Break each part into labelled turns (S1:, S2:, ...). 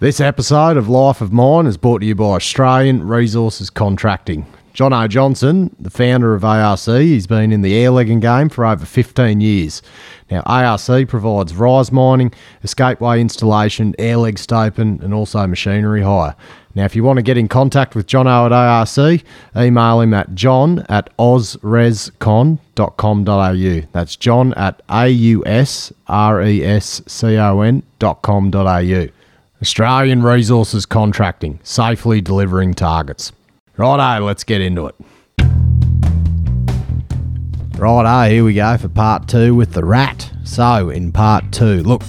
S1: This episode of Life of Mine is brought to you by Australian Resources Contracting. John O. Johnson, the founder of ARC, has been in the air legging game for over 15 years. Now, ARC provides rise mining, escapeway installation, air leg stoping, and also machinery hire. Now, if you want to get in contact with John O at ARC, email him at john at ausrescon.com.au. That's john at E ausrescon.com.au. Australian Resources Contracting, safely delivering targets. Righto, let's get into it. Righto, eh, here we go for part two with the rat. So, in part two, look,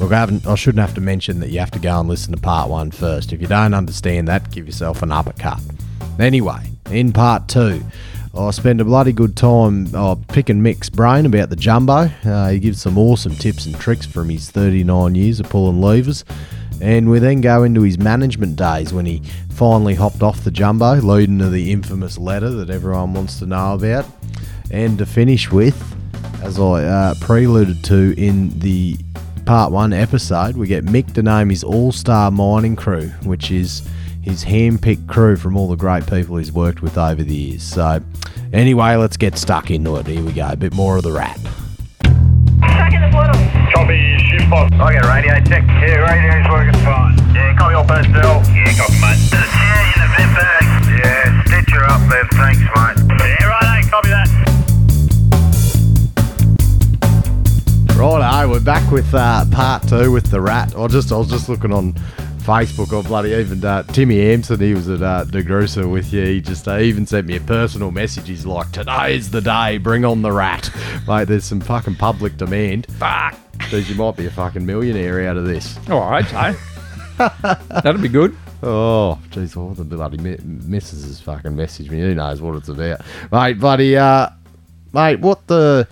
S1: look, I haven't, I shouldn't have to mention that you have to go and listen to part one first. If you don't understand that, give yourself an uppercut. Anyway, in part two, I spend a bloody good time oh, picking Mick's brain about the jumbo. Uh, he gives some awesome tips and tricks from his 39 years of pulling levers. And we then go into his management days when he finally hopped off the jumbo, leading to the infamous letter that everyone wants to know about. And to finish with, as I uh, preluded to in the part one episode, we get Mick to name his all star mining crew, which is his hand picked crew from all the great people he's worked with over the years. So, anyway, let's get stuck into it. Here we go, a bit more of the rap.
S2: Stuck in the portal.
S3: Copy, shift box. I got radio check.
S2: Yeah, radio's working fine.
S3: Yeah, copy all personnel. Yeah, copy, mate.
S2: The chair in the vent bag. Yeah, stitch her up there. Thanks, mate.
S3: Yeah, right, eh, copy that.
S1: Righto, we're back with uh, part two with the rat. I just I was just looking on Facebook or bloody even uh, Timmy Hampson, he was at uh, DeGrusa with you. He just uh, even sent me a personal message. He's like, "Today's the day. Bring on the rat, mate." There's some fucking public demand.
S4: Fuck.
S1: Says you might be a fucking millionaire out of this.
S4: All right, so that'll be good.
S1: Oh, jeez, all the bloody mi- missus has fucking messaged me. Who knows what it's about, mate? Bloody, uh, mate, what the?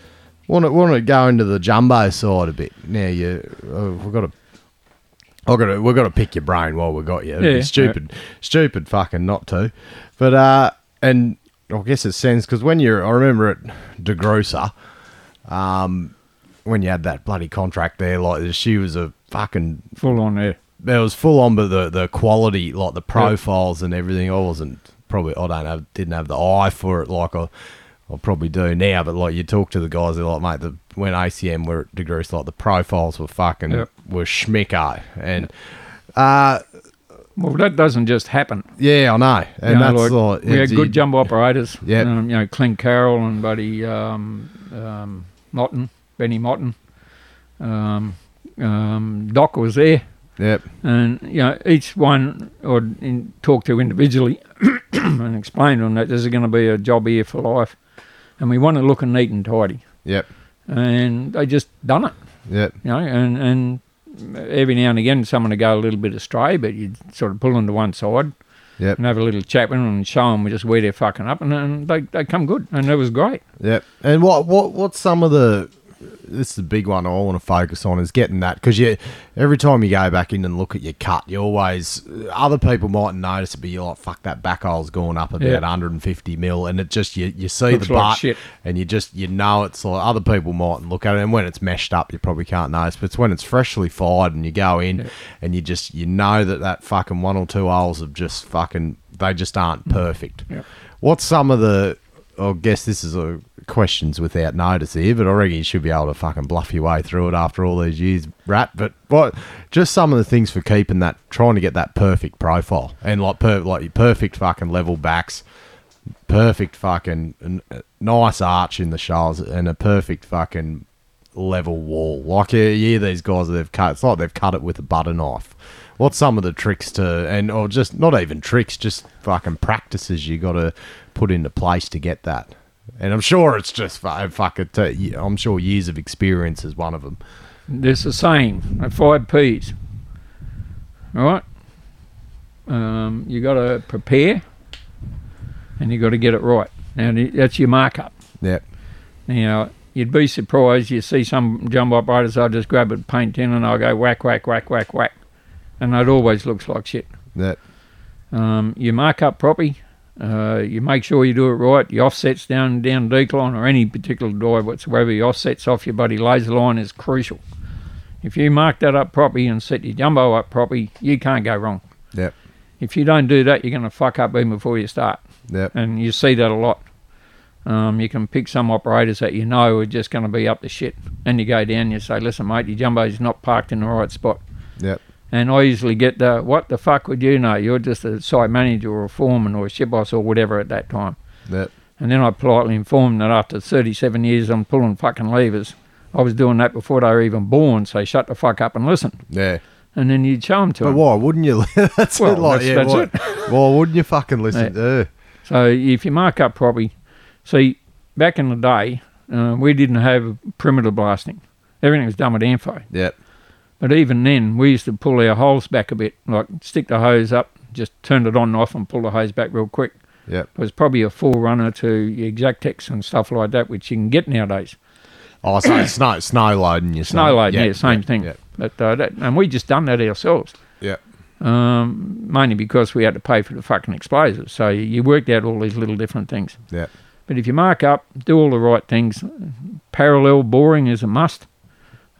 S1: Want to want to go into the jumbo side a bit now? You, uh, we've got to. I've got to, we've got to pick your brain while we've got you. It'd be
S4: Yeah,
S1: stupid, stupid fucking not to. But, uh, and I guess it sends, because when you're, I remember at DeGrusa, um, when you had that bloody contract there, like she was a fucking
S4: Full on air.
S1: it was full on, but the the quality, like the profiles and everything, I wasn't probably I don't have didn't have the eye for it like I I probably do now. But like you talk to the guys, they're like, mate, the when ACM were at DeGrusse, like the profiles were fucking
S4: Yep.
S1: were schmicko, and uh,
S4: Well, that doesn't just happen.
S1: yeah, I know, and
S4: you know,
S1: that's
S4: like,
S1: like
S4: we had
S1: it's-
S4: good jumbo operators.
S1: Yeah.
S4: um, you know, Clint Carroll and Buddy um, um, Motton, Benny Motton. Um, um, Doc was there,
S1: Yep,
S4: and you know each one I'd in, talk to individually and explain to them that this is going to be a job here for life, and we want it looking neat and tidy.
S1: yep,
S4: And they just done it.
S1: yep,
S4: you know, and and every now and again someone would go a little bit astray, but you'd sort of pull them to one side
S1: yep,
S4: and have a little chat with them and show them just where they're fucking up, and, and they they come good, and it was great.
S1: yep. And what what what's some of the this is the big one I want to focus on is getting that because you every time you go back in and look at your cut, you always other people mightn't notice it, but you're like, fuck that back hole's gone up about
S4: Yeah.
S1: 150 mil, and it just you you see
S4: Looks
S1: the
S4: like
S1: butt
S4: shit.
S1: and you just you know it's like other people mightn't look at it, and when it's meshed up, you probably can't notice, but it's when it's freshly fired and you go in and you just you know that that fucking one or two holes have just fucking they just aren't perfect.
S4: Mm. Yeah.
S1: What's some of the? I guess this is a questions without notice here, but I reckon you should be able to fucking bluff your way through it after all these years, rat. But what? Just some of the things for keeping that, trying to get that perfect profile and like per, like your perfect fucking level backs, perfect fucking n- uh, nice arch in the shoals, and a perfect fucking level wall. Like yeah, yeah these guys they've cut. It's like they've cut it with a butter knife. What's some of the tricks to and or just not even tricks, just fucking practices you got to put into place to get that. And I'm sure it's just fu- fuck it. uh, y- I'm sure years of experience is one of them.
S4: There's a saying, uh, five P's. All right, um, you got to prepare, and you got to get it right. Now the- that's your markup.
S1: Yep.
S4: Now, you'd be surprised. You see some jumbo operators, I'll just grab a paint tin and I'll go whack, whack, whack, whack, whack. And it always looks like shit.
S1: Yep.
S4: Um, you mark up properly. Uh, you make sure you do it right. Your offsets down down decline or any particular dive whatsoever, your offsets off your buddy laser line is crucial. If you mark that up properly and set your jumbo up properly, you can't go wrong.
S1: Yep.
S4: If you don't do that, you're going to fuck up even before you start.
S1: Yep.
S4: And you see that a lot. Um, you can pick some operators that you know are just going to be up to shit. And you go down and you say, listen, mate, your jumbo's not parked in the right spot.
S1: Yep.
S4: And I usually get the, what the fuck would you know? You're just a site manager or a foreman or a ship boss or whatever at that time.
S1: Yep.
S4: And then I politely informed them that after 37 years I'm pulling fucking levers. I was doing that before they were even born, so shut the fuck up and listen.
S1: Yeah.
S4: And then you'd show them to
S1: But
S4: them.
S1: why wouldn't you? that's
S4: Well,
S1: it. Like,
S4: that's-
S1: yeah,
S4: that's
S1: why, why wouldn't you fucking
S4: Yeah.
S1: listen? to
S4: So if you mark up properly, see, back in the day, uh, we didn't have perimeter blasting. Everything was done with info.
S1: Yep.
S4: But even then, we used to pull our holes back a bit, like stick the hose up, just turn it on and off and pull the hose back real quick.
S1: Yep.
S4: It was probably a forerunner to Exactex and stuff like that, which you can get nowadays.
S1: Oh, so snow snow loading your
S4: Snow loading, yeah, same thing.
S1: Yep.
S4: But uh, that, and we just done that ourselves.
S1: Yep.
S4: um, mainly because we had to pay for the fucking explosives. So you- you worked out all these little different things.
S1: Yep.
S4: But if you mark up, do all the right things. Parallel boring is a must,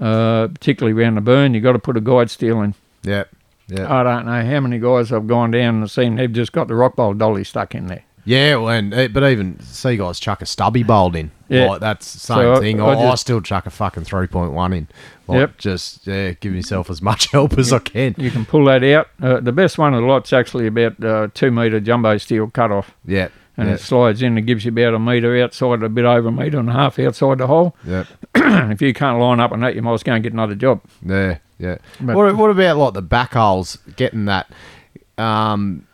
S4: uh, particularly around the burn. you got to put a guide steel in.
S1: Yep. Yep.
S4: I don't know how many guys I've gone down and seen they've just got the rock bowl dolly stuck in there.
S1: Yeah, well, and eh, but even see guys chuck a stubby bolt in.
S4: Yeah.
S1: Like, that's the
S4: So
S1: same
S4: I-
S1: thing. I,
S4: I
S1: I
S4: just-
S1: still chuck a fucking three point one in. Like,
S4: Yep.
S1: Just yeah, give myself as much help as I can.
S4: You can pull that out. Uh, the best one of the lot's actually about uh, two metre jumbo steel cut off.
S1: Yep.
S4: And
S1: yep.
S4: it slides in and gives you about a metre outside, a bit over a metre and a half outside the hole.
S1: Yep.
S4: if you can't line up on that, you might as well go and get another job.
S1: Yeah, yeah.
S4: But-
S1: what, what about like the back holes? Getting that, um,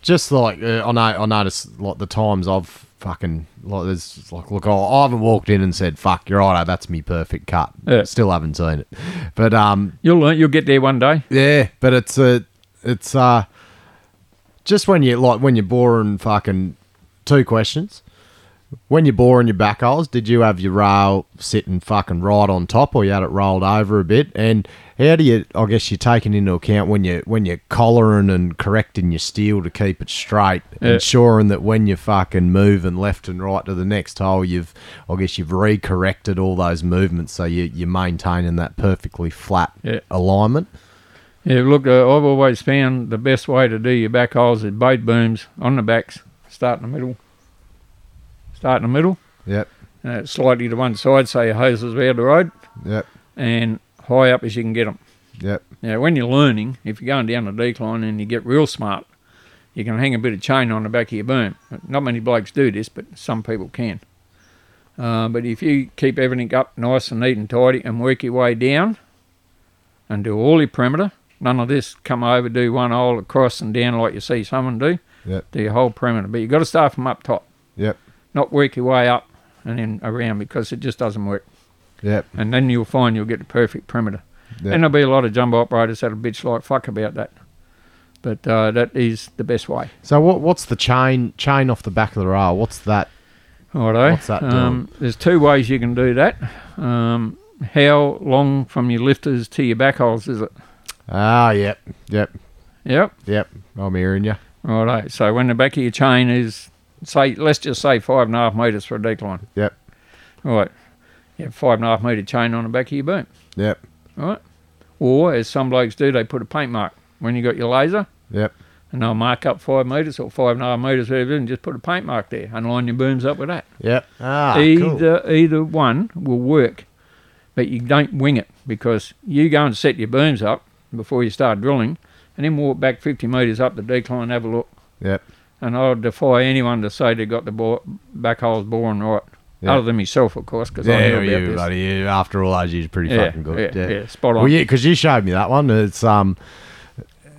S1: just like uh, I know, I notice like the times I've fucking like there's like look, I, I haven't walked in and said fuck, you're right, oh, that's me perfect cut.
S4: Yeah.
S1: Still haven't seen it, but um,
S4: You'll learn. You'll get there one day.
S1: yeah, but it's uh, it's uh, just when you like when you're boring fucking two questions. When you're boring your back holes, did you have your rail sitting fucking right on top, or you had it rolled over a bit? And how do you? I guess you're taking into account when you when you're collaring and correcting your steel to keep it straight,
S4: Yeah.
S1: ensuring that when you're fucking moving left and right to the next hole, you've I guess you've recorrected all those movements, so you, you're maintaining that perfectly flat
S4: Yeah.
S1: alignment.
S4: Yeah, look, uh, I've always found the best way to do your back holes is both booms on the backs, start in the middle, start in the middle,
S1: Yep.
S4: uh, slightly to one side, so your hose is out the road,
S1: Yep.
S4: and high up as you can get them.
S1: Yep.
S4: Now, when you're learning, if you're going down the decline and you get real smart, you can hang a bit of chain on the back of your boom. Not many blokes do this, but some people can. Uh, but if you keep everything up nice and neat and tidy and work your way down and do all your perimeter, none of this come over, do one hole across and down like you see someone do,
S1: Yep.
S4: do your whole perimeter. But you've got to start from up top,
S1: Yep.
S4: not work your way up and then around because it just doesn't work
S1: Yep.
S4: and then you'll find you'll get the perfect perimeter.
S1: Yeah.
S4: And uh, there'll be a lot of jumbo operators that'll bitch like fuck about that. But uh, that is the best way.
S1: So what? What's the chain chain off the back of the rail? What's that?
S4: Righto.
S1: What's that
S4: Um, there's two ways you can do that. Um, how long from your lifters to your back holes is it?
S1: Ah, yep, yep,
S4: Yep.
S1: yep. I'm hearing you.
S4: Righto. So when the back of your chain is, say, let's just say five and a half metres for a decline.
S1: Yep,
S4: All right. You have five and a half metre chain on the back of your boom.
S1: yep,
S4: All right. Or as some blokes do, they put a paint mark when you got your laser.
S1: yep,
S4: and they'll mark up five metres or five and a half metres, whatever, and just put a paint mark there and line your booms up with that.
S1: yep. Ah, cool.
S4: either either one will work, but you don't wing it because you go and set your booms up before you start drilling, and then walk back 50 metres up the decline and have a look.
S1: Yep,
S4: And I'll defy anyone to say they got the bore, back holes boring right,
S1: Yeah.
S4: other than myself, of course, because I
S1: yeah,
S4: know about
S1: you,
S4: this.
S1: buddy. You, after all those years, pretty
S4: Yeah,
S1: fucking good.
S4: yeah, yeah, spot on.
S1: Well, yeah, because you showed me that one. It's um,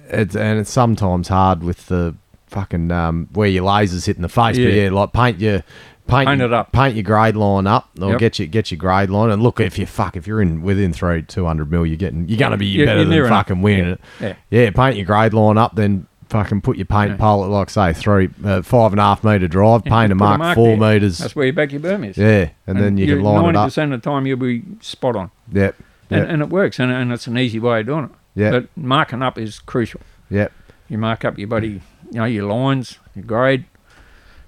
S1: it's and it's sometimes hard with the fucking um where your lasers hitting the face. But
S4: Yeah.
S1: yeah, like paint your. Paint,
S4: Paint
S1: your-
S4: it up.
S1: Paint your grade line up, or
S4: Yep.
S1: get your get your grade line. And look, if you fuck, if you're in within three two hundred mil, you're getting you're gonna be
S4: You're-
S1: better
S4: you're near
S1: than
S4: enough.
S1: fucking winning it.
S4: Yeah.
S1: Yeah, paint your grade line up, then fucking put your paint
S4: Yeah.
S1: pole at like say three, uh, five and a half meter drive, paint
S4: Put
S1: a mark, four
S4: there.
S1: meters.
S4: That's where your back your boom is.
S1: Yeah, and, then you
S4: you're
S1: can line it up.
S4: 90% of the time you'll be spot on.
S1: Yep.
S4: And,
S1: Yep.
S4: and it works, and, and it's an easy way of doing it.
S1: Yeah.
S4: But marking up is crucial.
S1: Yep.
S4: You mark up your buddy, you know, your lines, your grade,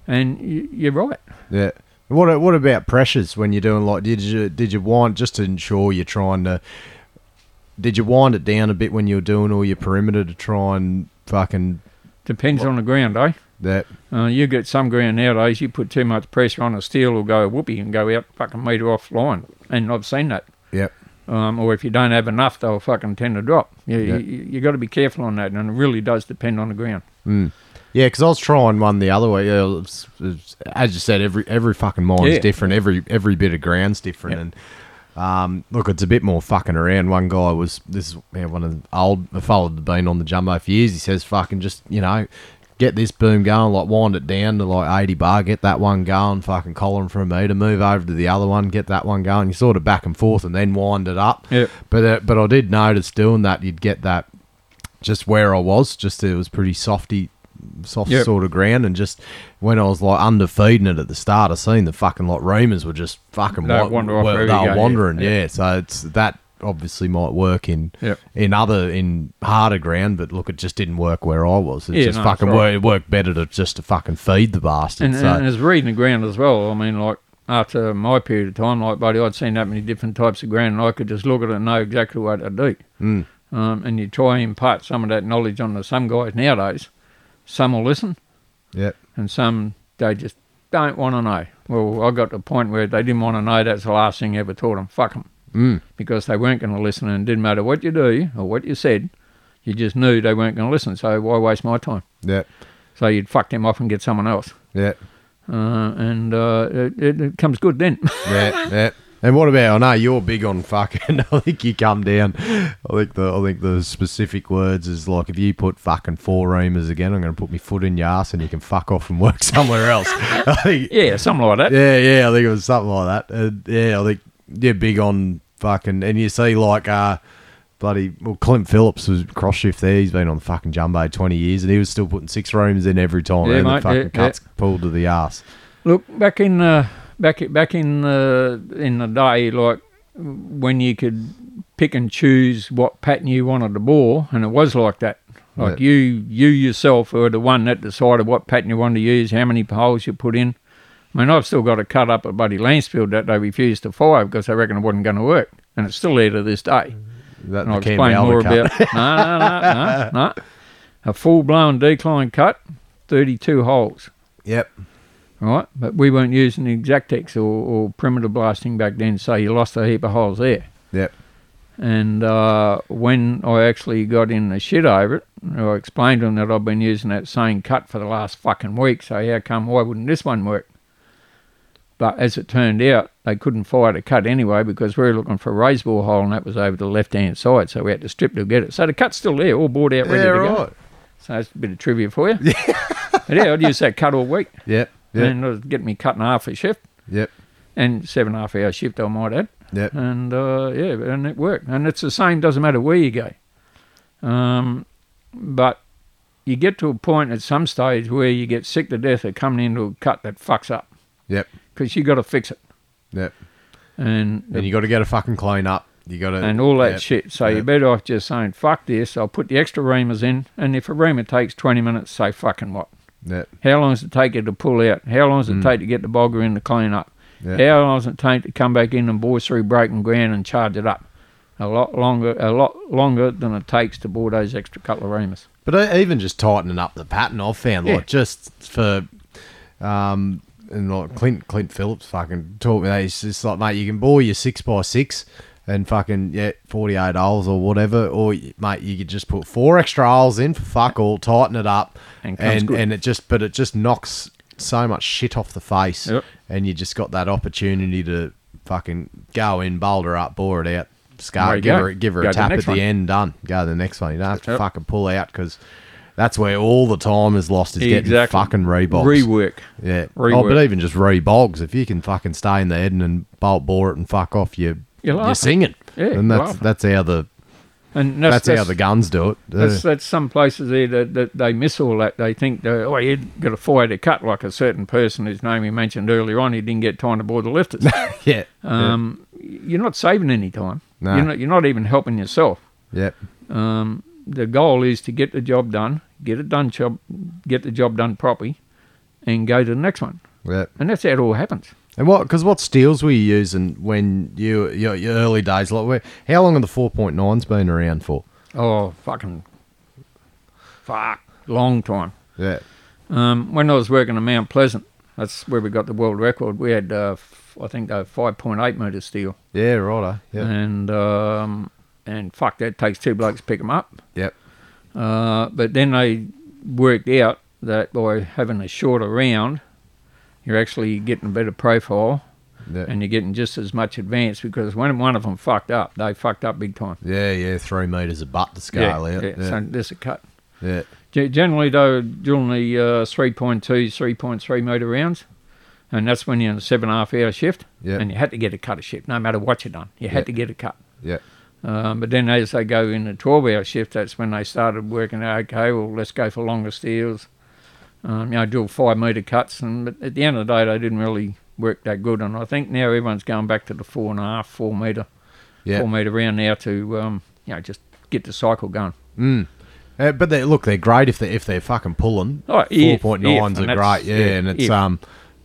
S4: and you, you're right.
S1: Yeah. What What about pressures when you're doing like did you did you want just to ensure you're trying to Did you wind it down a bit when you were doing all your perimeter to try and fucking
S4: Depends on the ground, eh?
S1: that?
S4: Uh, you get some ground nowadays, you put too much pressure on a steel, will go whoopee and go out fucking metre offline. And I've seen that.
S1: Yep.
S4: Um, or if you don't have enough, they'll fucking tend to drop. You,
S1: Yeah.
S4: you, you got to be careful on that, and it really does depend on the ground.
S1: Yeah, because I was trying one the other way. Yeah, it's- it's- as you said, every every fucking mine's
S4: Yeah.
S1: different. Every every bit of ground's different.
S4: Yep.
S1: And um, look, it's a bit more fucking around. One guy was this is yeah, one of the old a fella that been on the jumbo for years. He says, "Fucking just you know." Get this boom going, like wind it down to like 80 bar, get that one going, fucking collar for a meter, move over to the other one, get that one going. You sort of back and forth and then wind it up.
S4: Yep.
S1: But uh, but I did notice doing that, you'd get that just where I was, just it was pretty softy, soft
S4: Yep.
S1: sort of ground, and just when I was like underfeeding it at the start, I seen the fucking like reamers were just fucking
S4: They'd
S1: wa-
S4: wander off
S1: were-
S4: wherever
S1: they
S4: you
S1: were
S4: go, yeah.
S1: wandering, yeah.
S4: Yeah.
S1: So it's that obviously might work in
S4: Yep.
S1: in other in harder ground, but look, it just didn't work where I was. It
S4: Yeah,
S1: just
S4: no,
S1: fucking
S4: that's
S1: wor
S4: right.
S1: it worked better to just to fucking feed the bastard.
S4: And,
S1: so
S4: and it's reading the ground as well. I mean, like after my period of time, like buddy, I'd seen that many different types of ground, and I could just look at it and know exactly what to do.
S1: Mm.
S4: Um, and you try and impart some of that knowledge onto some guys nowadays. Some will listen,
S1: yep.
S4: and some they just don't want to know. Well, I got to a point where they didn't want to know. That's the last thing I ever taught them. Fuck them,
S1: Mm.
S4: because they weren't going to listen, and it didn't matter what you do or what you said. You just knew they weren't going to listen, so why waste my time?
S1: Yep.
S4: So you'd fuck them off and get someone else.
S1: Yep.
S4: Uh, and uh, it, it, it comes good then.
S1: yeah, yeah. And what about? I know you're big on fucking. I think you come down. I think the I think the specific words is like if you put fucking four reamers again, I'm going to put my foot in your ass and you can fuck off and work somewhere else. I think,
S4: yeah, something like that.
S1: yeah, yeah. I think it was something like that. And yeah, I think you're big on fucking. And you see like uh, bloody well, Clint Phillips was cross shift there. He's been on the fucking jumbo twenty years, and he was still putting six reamers in every time,
S4: Yeah,
S1: and the
S4: mate,
S1: fucking
S4: yeah,
S1: cuts pulled to the ass.
S4: Look, back in uh, back back in uh, in the day, like when you could pick and choose what pattern you wanted to bore, and it was like that. Like
S1: Yeah.
S4: you you yourself were the one that decided what pattern you wanted to use, how many poles you put in. I mean, I've still got a cut up at Buddy Lansfield that they refused to fire because they reckoned it wasn't going to work, and it's still there to this day.
S1: That
S4: and I'll
S1: became
S4: explain
S1: the
S4: more
S1: other cut.
S4: about. no, no, no, no, no. A full blown decline cut, 32 holes,
S1: Yep.
S4: right? But we weren't using the Exactex or, or primitive blasting back then, so you lost a heap of holes there.
S1: Yep.
S4: And uh, when I actually got in the shit over it, I explained to them that I've been using that same cut for the last fucking week, so how come, why wouldn't this one work? But as it turned out, they couldn't fire the cut anyway because we were looking for a raise bore hole and that was over to the left hand side, so we had to strip to get it. So the cut's still there, all bored out, ready
S1: yeah.
S4: to go.
S1: Right.
S4: So that's a bit of trivia for you. Yeah. but yeah, I'd use that cut all week
S1: Yep. Yep.
S4: and it was getting me cut in half a shift
S1: Yep.
S4: and seven and a half hour shift, I might add.
S1: Yep.
S4: and uh, yeah, and it worked. And it's the same; doesn't matter where you go. Um, but you get to a point at some stage where you get sick to death of coming into a cut that fucks up
S1: Yep.
S4: because you got to fix it,
S1: Yep.
S4: and
S1: And you got to get a fucking clean up. You got to
S4: and all that
S1: yep,
S4: shit. So
S1: yep.
S4: you're better off just saying fuck this. I'll put the extra reamers in, and if a reamer takes twenty minutes, say fucking what?
S1: Yep.
S4: How long does it take you to pull out? How long
S1: Mm.
S4: does it take to get the bogger in to clean up?
S1: Yep.
S4: How long does it take to come back in and bore through broken ground and charge it up? A lot longer, a lot longer than it takes to bore those extra couple of reamers.
S1: But I- even just tightening up the pattern, I've found
S4: Yeah.
S1: like just for, um, and like Clint Clint Phillips fucking taught me that. He's just like, mate, you can bore your six by six and fucking yeah, forty eight holes or whatever, or y- mate, you could just put four extra holes in for fuck all, tighten it up,
S4: And comes
S1: and
S4: good.
S1: and it just but it just knocks so much shit off the face,
S4: Yep.
S1: and you just got that opportunity to fucking go in, boulder up, bore it out.
S4: There
S1: Scar,
S4: you
S1: give
S4: go.
S1: her, give her
S4: Go
S1: a
S4: to the
S1: tap at
S4: next
S1: the
S4: one.
S1: end and done. Go to the next one. You don't have to
S4: Yep.
S1: fucking pull out because that's where all the time is lost is getting fucking rebogs.
S4: Rework.
S1: yeah. Oh,
S4: rework.
S1: but even just rebogs. If you can fucking stay in the head and bolt bore it and fuck off, you you're
S4: You're laughing.
S1: singing.
S4: Yeah,
S1: and that's
S4: laughing.
S1: that's how the
S4: And
S1: that's,
S4: that's,
S1: how the guns do it.
S4: That's,
S1: Uh,
S4: that's some places there that, that they miss all that. They think, that, oh, you got to fire to cut like a certain person whose name we mentioned earlier on. He didn't get time to bore the lifters.
S1: yeah.
S4: um, You're not saving any time.
S1: No.
S4: You're, not, you're not even helping yourself.
S1: yeah.
S4: Um, the goal is to get the job done, get it done, job, get the job done properly, and go to the next one.
S1: Yeah.
S4: And that's how it all happens.
S1: And what? Because what steels were you using when you your, your early days? Like, where, how long have the four point nines been around for?
S4: Oh, fucking, fuck, long time.
S1: Yeah.
S4: Um, when I was working in Mount Pleasant, that's where we got the world record. We had, uh, f- I think, uh, 5.8 metre steel,
S1: Yeah. Righto. Yeah.
S4: and um, and fuck, that takes two blokes to pick 'em up.
S1: Yep.
S4: Uh, but then they worked out that by having a shorter round, you're actually getting a better profile
S1: Yeah.
S4: and you're getting just as much advance because when one of them fucked up, they fucked up big time.
S1: yeah. Yeah. Three meters of butt to scale out. Yeah.
S4: So there's a cut.
S1: yeah.
S4: Ge- Generally, though, during the uh, 3.2, 3.3 metre rounds, and that's when you're in a seven and a half hour shift,
S1: Yeah.
S4: and you had to get a cut of shift, no matter what you done. You
S1: Yeah.
S4: had to get a cut.
S1: Yeah.
S4: Um, but then as they go in a 12 hour shift, that's when they started working out, okay, well, let's go for longer steels, um, you know, do five metre cuts. And But at the end of the day, they didn't really work that good. And I think now everyone's going back to the four and a half, four metre,
S1: Yeah.
S4: four metre round now to, um, you know, just get the cycle going.
S1: Uh, but they, look, they're great if they if they're fucking pulling.
S4: Oh,
S1: Four
S4: if-
S1: point nines
S4: if, and
S1: are
S4: that's-
S1: great, yeah,
S4: yeah,
S1: and it's
S4: if.
S1: um,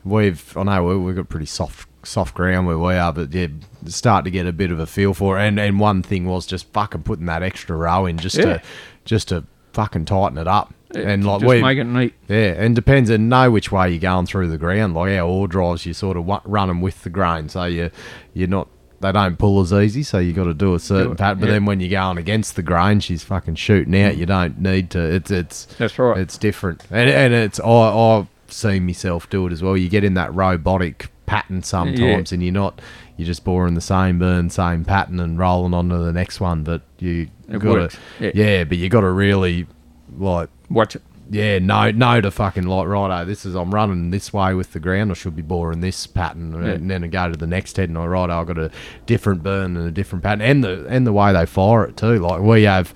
S1: we've I know we- we've got pretty soft soft ground where we are, but yeah, start to get a bit of a feel for it. And and one thing was just fucking putting that extra row in just
S4: Yeah.
S1: to just to fucking tighten it up, and like
S4: just
S1: we
S4: make it neat.
S1: yeah, and depends and know which way you're going through the ground. Like our ore drives, you sort of wa- run them with the grain, so you you're not they don't pull as easy, so you got to do a certain
S4: it,
S1: pattern. But
S4: yeah.
S1: then when you're going against the grain, she's fucking shooting out. You don't need to. It's it's
S4: That's right.
S1: It's different, and and it's I I've seen myself do it as well. You get in that robotic pattern sometimes, and you're not. You're just boring the same burn, same pattern, and rolling on to the next one. But you
S4: It
S1: got
S4: works,
S1: to,
S4: yeah.
S1: yeah. But you got to really like
S4: Watch it.
S1: yeah, no, no to fucking like, righto, this is, I'm running this way with the ground, I should be boring this pattern,
S4: Yeah.
S1: and then I go to the next head, and I, righto, I've got a different burn and a different pattern, and the, and the way they fire it too, like, we have,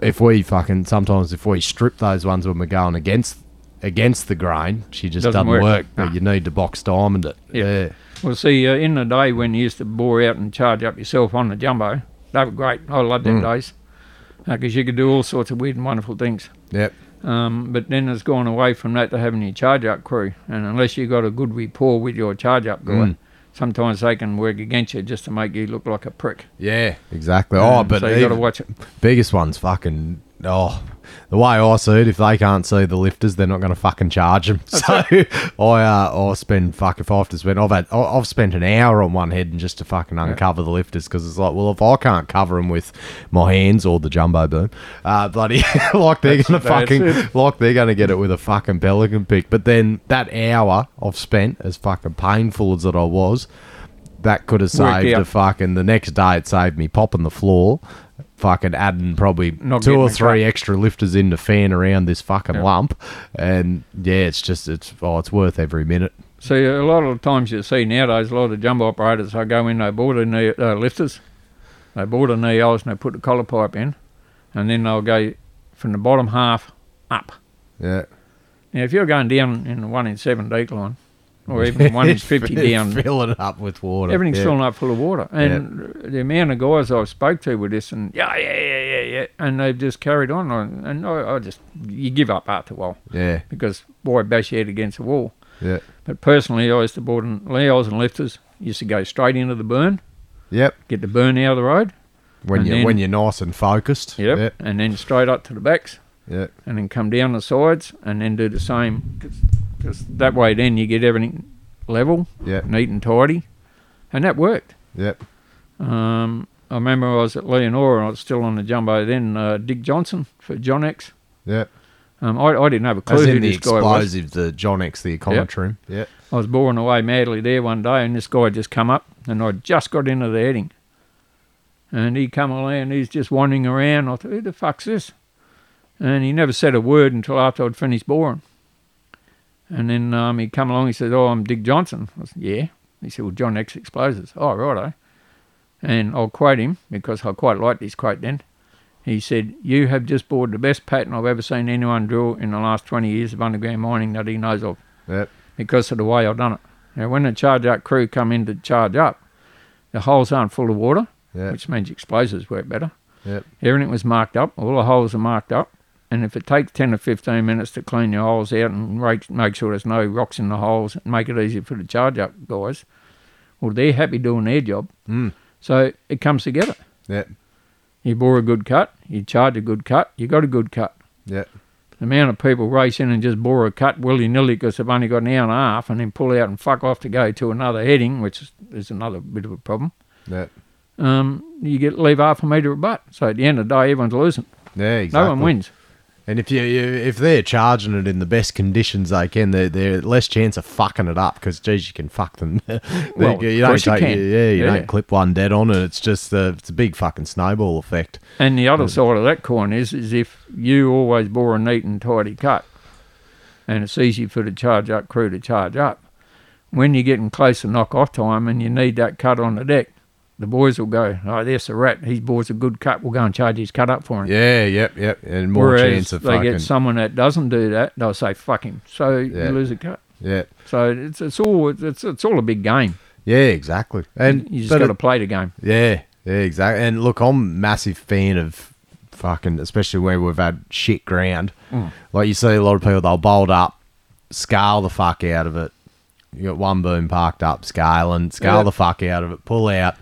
S1: if we fucking, sometimes if we strip those ones when we're going against, against the grain, she just doesn't,
S4: Doesn't
S1: work,
S4: work.
S1: but
S4: Nah.
S1: you need to box diamond it,
S4: Yeah.
S1: yeah,
S4: Well, see, uh, in the day when you used to bore out and charge up yourself on the jumbo, they were great. I loved them
S1: Mm.
S4: days because you could do all sorts of weird and wonderful things.
S1: yep,
S4: Um, but then it's gone away from that to having your charge up crew, and unless you got a good rapport with your charge up guy,
S1: Mm.
S4: sometimes they can work against you just to make you look like a prick.
S1: yeah, exactly, oh,
S4: Um,
S1: but
S4: so you got to
S1: even-
S4: watch it.
S1: biggest one's fucking oh the way I see it, if they can't see the lifters, they're not going to fucking charge them. So I, uh, I spend fuck if I have to spend. I've had, I- I've spent an hour on one head and just to fucking uncover the lifters because it's like, well, if I can't cover them with my hands or the jumbo boom, uh, bloody like they're going to
S4: that's
S1: fucking
S4: it.
S1: like they're going to get it with a fucking pelican pick. But then that hour I've spent, as fucking painful as that I was, that could have
S4: Worked
S1: saved
S4: out.
S1: a fucking the next day it saved me popping the floor fucking adding probably
S4: Not
S1: two
S4: getting
S1: or
S4: the
S1: three extra lifters in to fan around this fucking
S4: Yeah.
S1: lump and yeah it's just it's oh it's worth every minute
S4: See, a lot of the times you see nowadays, a lot of jumbo operators, they go in, they bore the knee, uh, lifters, they bore the knee holes and they put the collar pipe in, and then they'll go from the bottom half up.
S1: yeah
S4: Now, if you're going down in the 1 in 7 decline, or even 1 in 50 down,
S1: filling it up with water
S4: everything's
S1: yeah.
S4: filling up full of water. And the amount of guys I've spoke to with this, and yeah, yeah, yeah, yeah, yeah, and they've just carried on, and and I, I just, you give up after a while,
S1: yeah
S4: because why bash your head against the wall?
S1: yeah
S4: But personally, I used to board in Leos and lifters. Used to go straight into the burn,
S1: yep
S4: get the burn out of the road.
S1: when
S4: And
S1: you
S4: then-
S1: when you're nice and focused
S4: Yep. And then straight up to the backs,
S1: yeah
S4: and then come down the sides, and then do the same. Because that way, then you get everything level,
S1: yeah
S4: neat and tidy, and that worked.
S1: yep
S4: Um, I remember I was at Leonora, and I was still on the jumbo then. Uh, Dick Johnson for John X.
S1: yep
S4: Um, I, I didn't have a clue
S1: as
S4: who
S1: in the
S4: this guy was.
S1: explosive the john x the econometrium room. yeah
S4: I was boring away madly there one day, and this guy just come up, and I just got into the heading, and he come along, and he's just wandering around. I thought, who the fuck's this? And he never said a word until after I'd finished boring. And then um, he come along, he said, oh, I'm Dick Johnson. I said, yeah. He said, well, John X Explosives. Oh, righto. And I'll quote him because I quite liked his quote then. He said, you have just bored the best pattern I've ever seen anyone drill in the last 20 years of underground mining that he knows of
S1: yep
S4: because of the way I've done it. Now, when the charge up crew come in to charge up, the holes aren't full of water,
S1: yep
S4: which means explosives work better.
S1: Yep.
S4: Everything was marked up. All the holes are marked up. And if it takes 10 or 15 minutes to clean your holes out and rake, make sure there's no rocks in the holes and make it easy for the charge up guys, well, they're happy doing their job.
S1: Mm.
S4: So it comes together.
S1: Yeah.
S4: You bore a good cut, you charge a good cut, you got a good cut.
S1: Yeah.
S4: The amount of people race in and just bore a cut willy nilly because they've only got an hour and a half and then pull out and fuck off to go to another heading, which is another bit of a problem.
S1: Yeah.
S4: Um, you get leave half a metre of butt. So at the end of the day, everyone's losing.
S1: Yeah. Exactly.
S4: No one wins.
S1: And if you, you if they're charging it in the best conditions they can, they're, they're less chance of fucking it up because geez, you can fuck them. They-
S4: Well, of course you can.
S1: yeah, you
S4: Yeah.
S1: don't clip one dead on, and it's just uh, it's a big fucking snowball effect.
S4: And the other side of that coin is, is if you always bore a neat and tidy cut, and it's easy for the charge up crew to charge up. When you're getting close to knock off time and you need that cut on the deck, the boys will go, "Oh, there's a rat. He bores a good cut. We'll go and charge his cut up for him."
S1: Yeah, yep, yep, and more
S4: Whereas
S1: chance of
S4: they
S1: fucking.
S4: get someone that doesn't do that, they'll say, "Fuck him." So
S1: Yeah.
S4: you lose a cut.
S1: yeah,
S4: So it's it's all it's it's all a big game.
S1: yeah, exactly. And
S4: You just
S1: but
S4: got
S1: it-
S4: to play the game.
S1: Yeah, yeah, exactly. And look, I'm a massive fan of fucking, especially where we've had shit ground. Like you see a lot of people, they'll bolt up, scale the fuck out of it. You got one boom parked up, scaling, scale
S4: Yeah.
S1: the fuck out of it, pull out,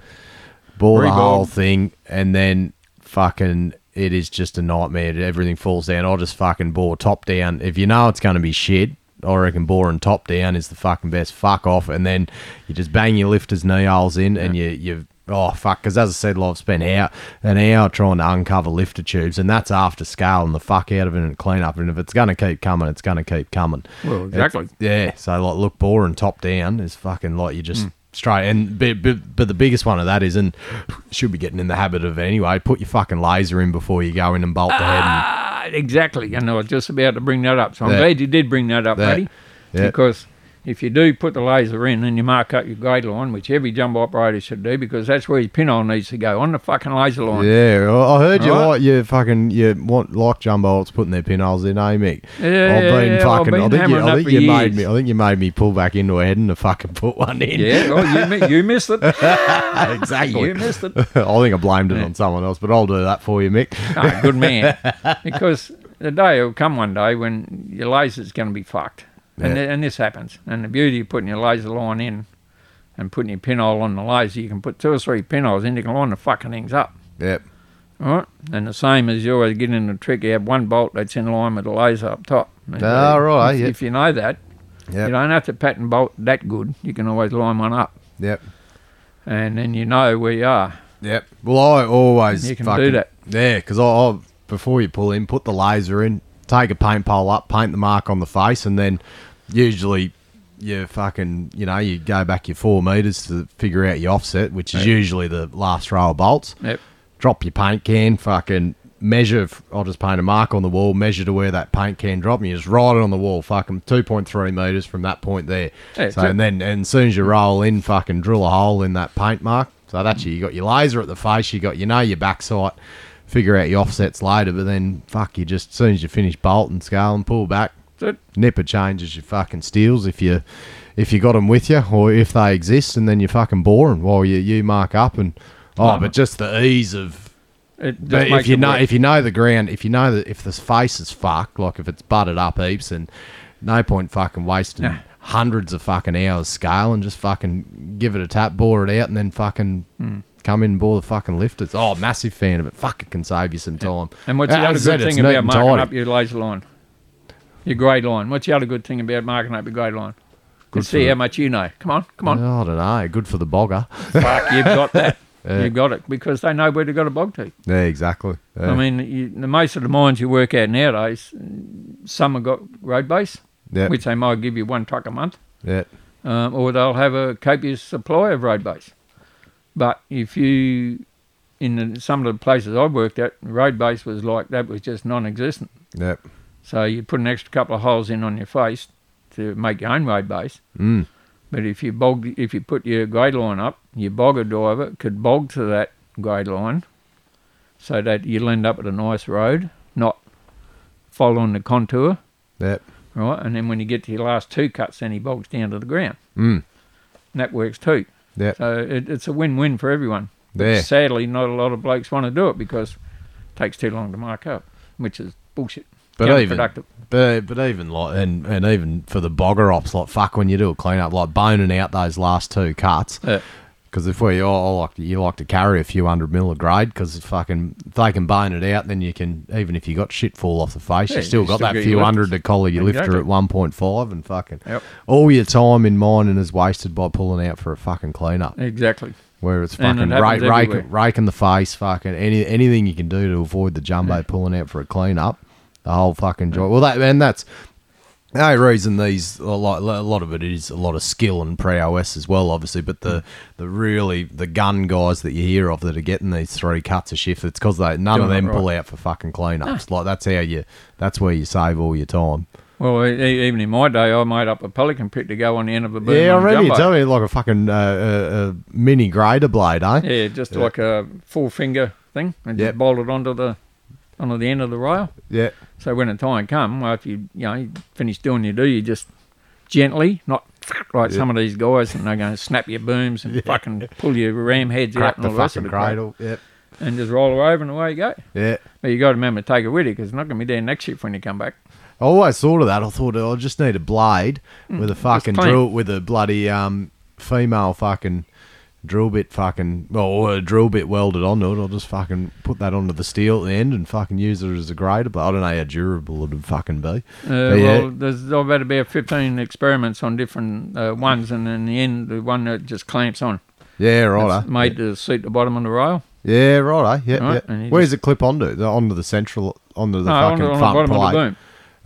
S1: bore the
S4: Reball.
S1: whole thing, and then fucking. It is just a nightmare. Everything falls down. I'll just fucking bore top down. If you know it's going to be shit, I reckon boring top down is the fucking best. Fuck off. And then you just bang your lifter's knee holes in and you, you, oh fuck. Because as I said, I've spent hour, an hour trying to uncover lifter tubes and that's after scaling the fuck out of it and clean up. And if it's going to keep coming, it's going to keep coming.
S4: Well, exactly.
S1: It's- yeah. So like, look, boring top down is fucking like you
S4: Hmm.
S1: just straight. And but, but, but the biggest one of that is, and should be getting in the habit of anyway. Put your fucking laser in before you go in and bolt the head. And,
S4: Ah, exactly. And I was just about to bring that up. So I'm
S1: Yeah.
S4: glad you did bring that up,
S1: Yeah.
S4: buddy.
S1: Yeah.
S4: Because if you do put the laser in and you mark up your grade line, which every jumbo operator should do, because that's where your pinhole needs to go on the fucking laser line.
S1: yeah, I I heard you
S4: Right.
S1: like you fucking you want like jumbo it's putting their pinholes in, eh, Mick?
S4: Yeah,
S1: I've
S4: yeah,
S1: been
S4: yeah, I've
S1: fucking.
S4: been
S1: I think you,
S4: hammering
S1: I
S4: that
S1: think
S4: for
S1: you made
S4: years.
S1: me. I think you made me pull back into a head and to fucking put one in.
S4: Yeah, well, you, mi- you missed it.
S1: exactly.
S4: You missed it.
S1: I think I blamed it on someone else, but I'll do that for you, Mick.
S4: No, good man. Because the day will come one day when your laser's going to be fucked.
S1: Yeah.
S4: And, th- and this happens. And the beauty of putting your laser line in and putting your pinhole on the laser, you can put two or three pinholes in, you can line the fucking things up.
S1: Yep.
S4: All right. And the same as you always get in the trick, you have one bolt that's in line with the laser up top. And
S1: Ah,
S4: so
S1: right,
S4: If,
S1: yeah.
S4: if you know that,
S1: Yep.
S4: you don't have to pattern bolt that good. You can always line one up.
S1: Yep.
S4: And then you know where you are.
S1: Yep. Well, I always
S4: You can
S1: fucking,
S4: do that.
S1: Yeah, because I, I before you pull in, put the laser in, take a paint pole up, paint the mark on the face, and then usually you fucking you know you go back your four meters to figure out your offset, which is usually the last row of bolts.
S4: Yep.
S1: Drop your paint can, fucking measure. f- I'll just paint a mark on the wall, measure to where that paint can drop, and you just write it on the wall. Fucking two point three meters from that point there.
S4: Yeah,
S1: so
S4: so-
S1: and then and as soon as you roll in, fucking drill a hole in that paint mark. So that's you. You got your laser at the face. You got you know your backside. Figure out your offsets later, but then fuck you. Just as soon as you finish bolting, scale and pull back.
S4: That's it.
S1: Nipper changes your fucking steels if you if you got them with you or if they exist, and then you're fucking boring while you you mark up and oh, but just the ease of
S4: It just
S1: but if
S4: makes
S1: you
S4: it
S1: know
S4: work.
S1: if you know the ground, if you know that if this face is fucked, like if it's butted up heaps, and no point fucking wasting
S4: Nah.
S1: hundreds of fucking hours scaling, just fucking give it a tap, bore it out, and then fucking
S4: Hmm.
S1: come in and bore the fucking lifters. Oh, massive fan of it. Fuck, it can save you some time.
S4: And what's the
S1: As I
S4: other
S1: said,
S4: good
S1: it's
S4: thing
S1: neat
S4: about
S1: and
S4: marking
S1: tidy.
S4: up your laser line? Your grade line. What's the other good thing about marking up your grade line?
S1: Good
S4: Good see
S1: for-
S4: how much you know. Come on, come on.
S1: Oh, I don't know. Good for the bogger.
S4: Fuck, you've got that. You've got it because they know where to go to bog to.
S1: yeah, exactly. Yeah.
S4: I mean, you, the most of the mines you work at nowadays, some have got road base,
S1: yeah,
S4: which they might give you one truck a month,
S1: yeah,
S4: um, or they'll have a copious supply of road base. But if you, in the, some of the places I worked at, road base was like that was just non-existent.
S1: yeah.
S4: So you put an extra couple of holes in on your face to make your own road base.
S1: Mm.
S4: But if you bog, if you put your grade line up, your bogger driver could bog to that grade line, so that you'll end up at a nice road, not following the contour,
S1: Yeah.
S4: right? And then when you get to your last two cuts, then he bogs down to the ground.
S1: Mm.
S4: And that works too.
S1: Yeah.
S4: So it, it's a win-win for everyone.
S1: Yeah.
S4: Sadly, not a lot of blokes want to do it because it takes too long to mark up, which is bullshit.
S1: But even
S4: counterproductive.
S1: but, but even like and, and even for the bogger ops, like fuck when you do a clean up, like boning out those last two cuts.
S4: Yeah.
S1: Because if we all like you like to carry a few hundred mil of grade, because fucking if they can bone it out, then you can even if you got shit fall off the face,
S4: Yeah,
S1: you still
S4: you
S1: got
S4: still
S1: that
S4: get
S1: few
S4: your
S1: hundred to collar your lifter
S4: Exactly.
S1: at one point five and fucking
S4: Yep.
S1: all your time in mining is wasted by pulling out for a fucking clean up.
S4: Exactly.
S1: Where it's
S4: And
S1: fucking
S4: it
S1: rake,
S4: happens
S1: rake,
S4: everywhere.
S1: rake in the face, fucking any anything you can do to avoid the jumbo pulling out for a clean up, the whole fucking joint. Well, that and that's the only reason these a lot, a lot of it is a lot of skill and prowess as well, obviously. But
S4: Mm.
S1: the the really the gun guys that you hear of that are getting these three cuts a shift, it's because they none of
S4: Doing it
S1: them
S4: right.
S1: pull out for fucking clean ups. Like that's how you that's where you save all your time.
S4: Well, e- e- even in my day, I made up a pelican pit to go on the end of a boom.
S1: yeah, I
S4: on a
S1: remember you
S4: jumbo.
S1: telling me like a fucking uh, uh, uh, mini grader blade, eh?
S4: Yeah, just like a four finger thing, and
S1: Yep.
S4: just bolted onto the onto the end of the rail.
S1: yeah.
S4: So when the time come, well, if you you know you finish doing your do, you just gently, not like some of these guys, and they're going to snap your booms and fucking pull your ram heads out
S1: crack
S4: and
S1: the
S4: all the rest of
S1: fucking
S4: the crap,
S1: cradle. Yep.
S4: and just roll her over and away you go.
S1: Yeah.
S4: But you got to remember to take it with you because it's not going to be there next shift when you come back.
S1: I always thought of that. I thought oh, I just need a blade
S4: Hmm.
S1: with a fucking
S4: plain.
S1: drill with a bloody um female fucking drill bit fucking well or a drill bit welded onto it. I'll just fucking put that onto the steel at the end and fucking use it as a grader. But I don't know how durable it would fucking be.
S4: Uh,
S1: But yeah.
S4: Well, there's, I've had about 15 experiments on different uh, ones, and in the end, the one that just clamps on.
S1: Yeah, right.
S4: It's made to suit the bottom of the rail.
S1: Yeah, right. Yeah,
S4: Right,
S1: yeah.
S4: and you
S1: Where's it clip onto? The- Onto the central, onto the
S4: No, on
S1: fucking
S4: the, on the
S1: front
S4: bottom of
S1: plate.
S4: the boom.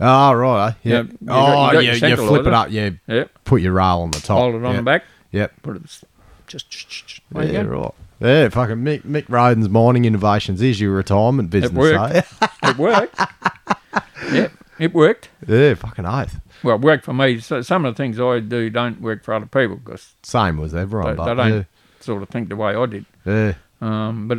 S1: Oh, right. Yeah.
S4: Yeah, you
S1: oh,
S4: got- you got
S1: yeah.
S4: your
S1: You
S4: central
S1: flip it
S4: loader.
S1: up. Yeah.
S4: Yep.
S1: Put your rail on the top.
S4: Hold it on
S1: yeah.
S4: the back.
S1: Yep.
S4: Put it s- just. There
S1: Yeah,
S4: you go.
S1: right. Yeah, fucking Mick, Mick Roden's mining innovations is your retirement business.
S4: worked.
S1: eh?
S4: It worked. yeah, it worked.
S1: yeah, fucking oath.
S4: Well, it worked for me. So some of the things I do don't work for other people because
S1: Same was everyone,
S4: they,
S1: but
S4: they don't sort of think the way I did.
S1: yeah, yeah,
S4: Um, but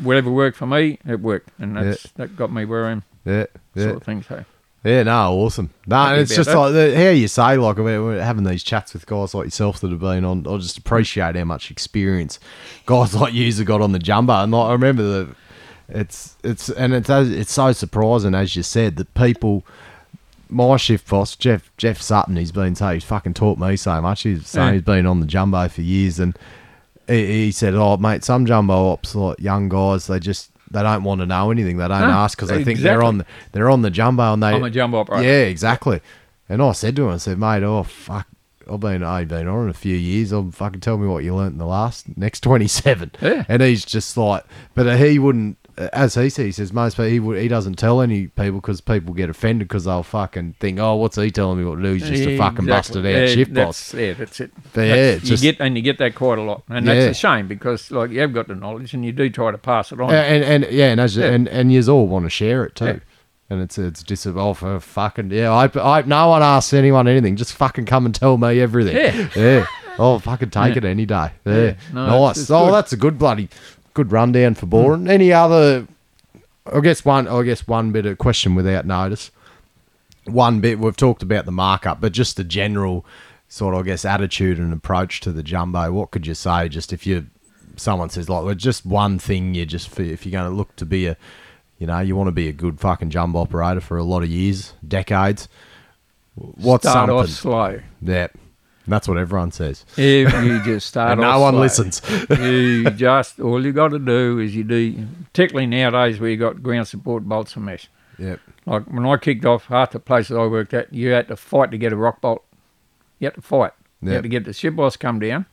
S4: whatever worked for me, it worked, and that's that got me where I am,
S1: yeah, yeah.
S4: sort of thing. So
S1: Yeah, no, awesome. No,
S4: Happy
S1: and it's
S4: about
S1: just
S4: that.
S1: like the, how you say, like we're, we're having these chats with guys like yourself that have been on. I just appreciate how much experience guys like you have got on the jumbo. And like, I remember the, it's it's and it's as- it's so surprising as you said that people. My shift boss, Jeff Jeff Sutton, he's been so he's fucking taught me so much. He's saying
S4: Yeah.
S1: he's been on the jumbo for years, and he, he said, "Oh, mate, some jumbo ops, like young guys, they just they don't want to know anything. They don't
S4: No,
S1: ask because they think they're
S4: exactly.
S1: on the, they're on the jumbo and they
S4: I'm a jumbo operator.
S1: yeah, exactly. And I said to him, I said, mate, oh fuck, I've been I've been on in a few years. I'm fucking tell me what you learnt in the last next twenty seven.
S4: Yeah.
S1: And he's just like, but he wouldn't, as he says, he says most people he, would, he doesn't tell any people because people get offended because they'll fucking think, oh, what's he telling me what to do? He's just a fucking
S4: Exactly.
S1: busted out
S4: yeah,
S1: shift boss.
S4: that's- Yeah, that's it.
S1: But yeah,
S4: That's-
S1: it's
S4: you
S1: just-
S4: get and you get that quite a lot, and
S1: Yeah.
S4: that's a shame because like you have got the knowledge, and you do try to pass it on.
S1: And, Uh, and, and yeah, and as
S4: Yeah.
S1: and and you all want to share it too.
S4: Yeah.
S1: And it's it's just oh for fucking yeah. I, I no one asks anyone anything. Just fucking come and tell me everything.
S4: Yeah.
S1: yeah. Oh fucking take it any day. Yeah.
S4: No,
S1: nice.
S4: it's- it's
S1: oh,
S4: good. Hmm.
S1: that's a good bloody good rundown for boring. Any other? I guess one. I guess one bit of question without notice one bit we've talked about the markup, but just the general sort of I guess attitude and approach to the jumbo. What could you say? Just if you someone says like, well, just one thing you just if you're going to look to be a, you know, you want to be a good fucking jumbo operator for a lot of years, decades. What's
S4: start off
S1: something?
S4: slow.
S1: Yeah, that's what everyone says.
S4: If you just start
S1: And
S4: off
S1: no one
S4: slow.
S1: listens.
S4: you just all you got to do is you do particularly nowadays where you got ground support bolts and mesh.
S1: Yep.
S4: Like when I kicked off, half the places I worked at, you had to fight to get a rock bolt. You had to fight. You
S1: Yep.
S4: had to get the ship boss come down,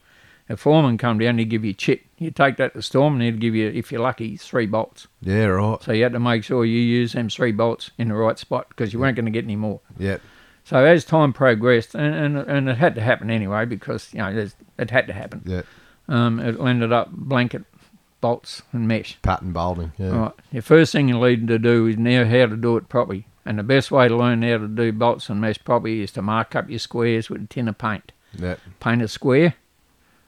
S4: a foreman come down, he'd give you a chit. You take that to storm and he'd give you, if you're lucky, three bolts.
S1: Yeah. Right.
S4: So you had to make sure you use them three bolts in the right spot because you weren't going to get any more.
S1: Yep.
S4: So as time progressed, and, and, and it had to happen anyway because, you know, there's- it had to happen.
S1: Yep.
S4: Um, it ended up blanket bolts and mesh.
S1: Pattern balding. Yeah.
S4: Right. The first thing you need to do is know how to do it properly. And the best way to learn how to do bolts and mesh properly is to mark up your squares with a tin of paint.
S1: Yep.
S4: Paint a square,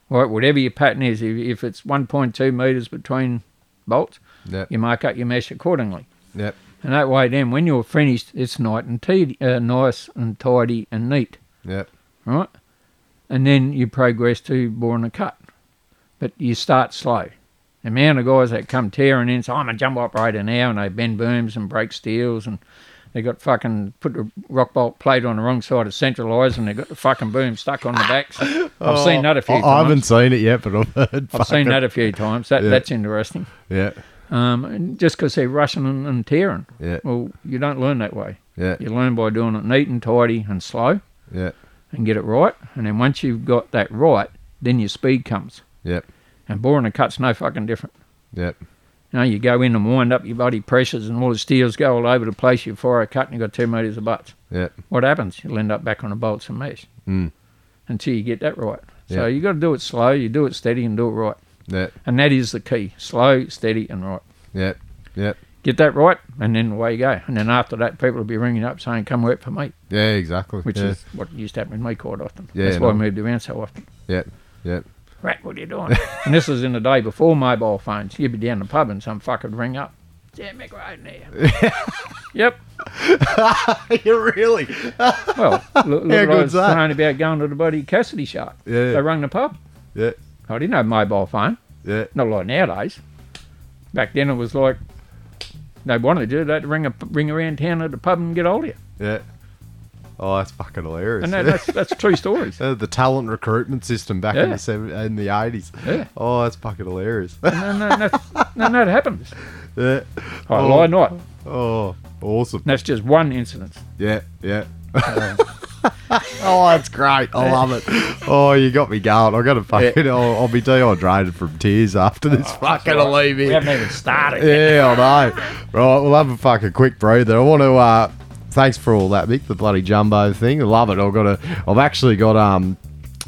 S4: right? Whatever your pattern is, if, if it's 1.2 meters between bolts,
S1: Yep.
S4: you mark up your mesh accordingly.
S1: Yep.
S4: And that way, then when you're finished, it's nice and tidy, uh, nice and tidy and neat
S1: Yep.
S4: right? And then you progress to boring a cut. But you start slow. The "Oh, amount of guys that come tearing in, say, I'm a jumbo operator now, and they bend booms and break steels and They got fucking put the rock bolt plate on the wrong side of centralised, and they got the fucking boom stuck on the backs. I've seen that a few
S1: I,
S4: times.
S1: Oh, I haven't seen it yet, but I've heard.
S4: I've seen that a few times. That
S1: Yeah.
S4: that's interesting.
S1: Yeah,
S4: Um, and just because they're rushing and, and tearing,
S1: Yeah.
S4: well, you don't learn that way.
S1: yeah,
S4: You learn by doing it neat and tidy and slow,
S1: yeah,
S4: and get it right. And then once you've got that right, then your speed comes.
S1: Yep.
S4: And boring a cut's no fucking different.
S1: yeah.
S4: You know, you go in and wind up your bloody pressures and all the steels go all over the place. You fire a cut and you've got two metres of butts.
S1: Yeah.
S4: What happens? You'll end up back on the bolts and mesh
S1: Mm.
S4: until you get that right.
S1: Yeah.
S4: So you got to do it slow, you do it steady and do it right.
S1: Yeah.
S4: And that is the key slow, steady, and right.
S1: Yeah. Yeah.
S4: Get that right, and then away you go. And then after that, people will be ringing up saying, Come work for me,
S1: Yeah. Exactly.
S4: which
S1: yeah.
S4: is what used to happen with me quite often.
S1: Yeah,
S4: That's why I
S1: no.
S4: moved around so often.
S1: Yeah. Yeah.
S4: Rat, what are you doing? and this was in the day before mobile phones. You'd be down the pub and some fucker would ring up. Yeah, Mick Roden here. yep.
S1: you really?
S4: Well, look,
S1: How
S4: look what I
S1: good's
S4: was
S1: that?
S4: saying about going to the bloody Cassidy shop.
S1: Yeah.
S4: They rang the pub.
S1: Yeah.
S4: I didn't have mobile phone.
S1: Yeah.
S4: Not like nowadays. Back then it was like they wanted you. They'd ring, a, ring around town at the pub and get hold of you.
S1: Yeah. Oh, that's fucking hilarious.
S4: And that, that's, that's true stories.
S1: Uh, the talent recruitment system back in
S4: Yeah.
S1: the seven, in the eighties.
S4: Yeah.
S1: Oh, that's fucking hilarious.
S4: And then that's, and that happens.
S1: yeah.
S4: I
S1: Oh.
S4: lie not.
S1: Oh, awesome.
S4: That's just one incident.
S1: Yeah, yeah.
S4: Uh,
S1: oh, that's great. I love it. Oh, you got me going. I got to fucking. I'll, I'll be dehydrated from tears after this fucking
S4: Oh, all right.
S1: leave
S4: We
S1: here.
S4: haven't even started.
S1: Yeah, I know. Right, we'll have a fucking quick breather. I want to. Uh, thanks for all that, Mick. The bloody jumbo thing. I love it. I've got a. I've actually got um.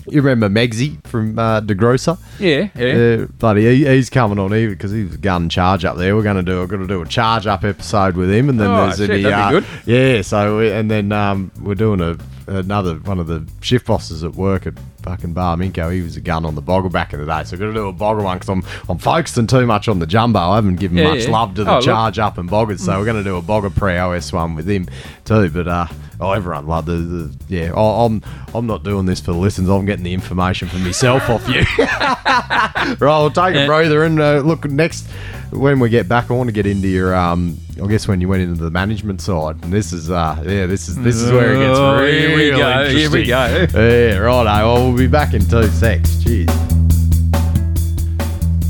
S1: You remember Megsy from uh, DeGrosa?
S4: Yeah, yeah.
S1: Yeah, Eh, bloody, he, he's coming on here because he's gun charge up there. We're going to do, I've got to do a charge up episode with him, and then
S4: Oh,
S1: there's
S4: shit,
S1: any,
S4: that'd be
S1: uh,
S4: good.
S1: yeah. So we, and then um, we're doing a another one of the shift bosses at work at fucking Bar Minko. He was a gun on the boggle back in the day, so I've got to do a boggle one because I'm I'm focusing too much on the jumbo. I haven't given
S4: Yeah,
S1: much
S4: yeah.
S1: love to
S4: Oh,
S1: the
S4: look. Mm.
S1: charge up and boggers, so we're going to do a bogger pre OS one with him too. But uh, oh, everyone loved the, the yeah. I, I'm I'm not doing this for the listens. I'm getting the information for myself off you. Right, we'll take a
S4: Yeah.
S1: breather and uh, look next when we get back. I want to get into your, um, I guess when you went into the management side, and this is, uh, yeah, this is this is where it gets
S4: Oh,
S1: really
S4: here we go, here we
S1: interesting. Yeah, righto. Well, we'll be back in two secs. Cheers.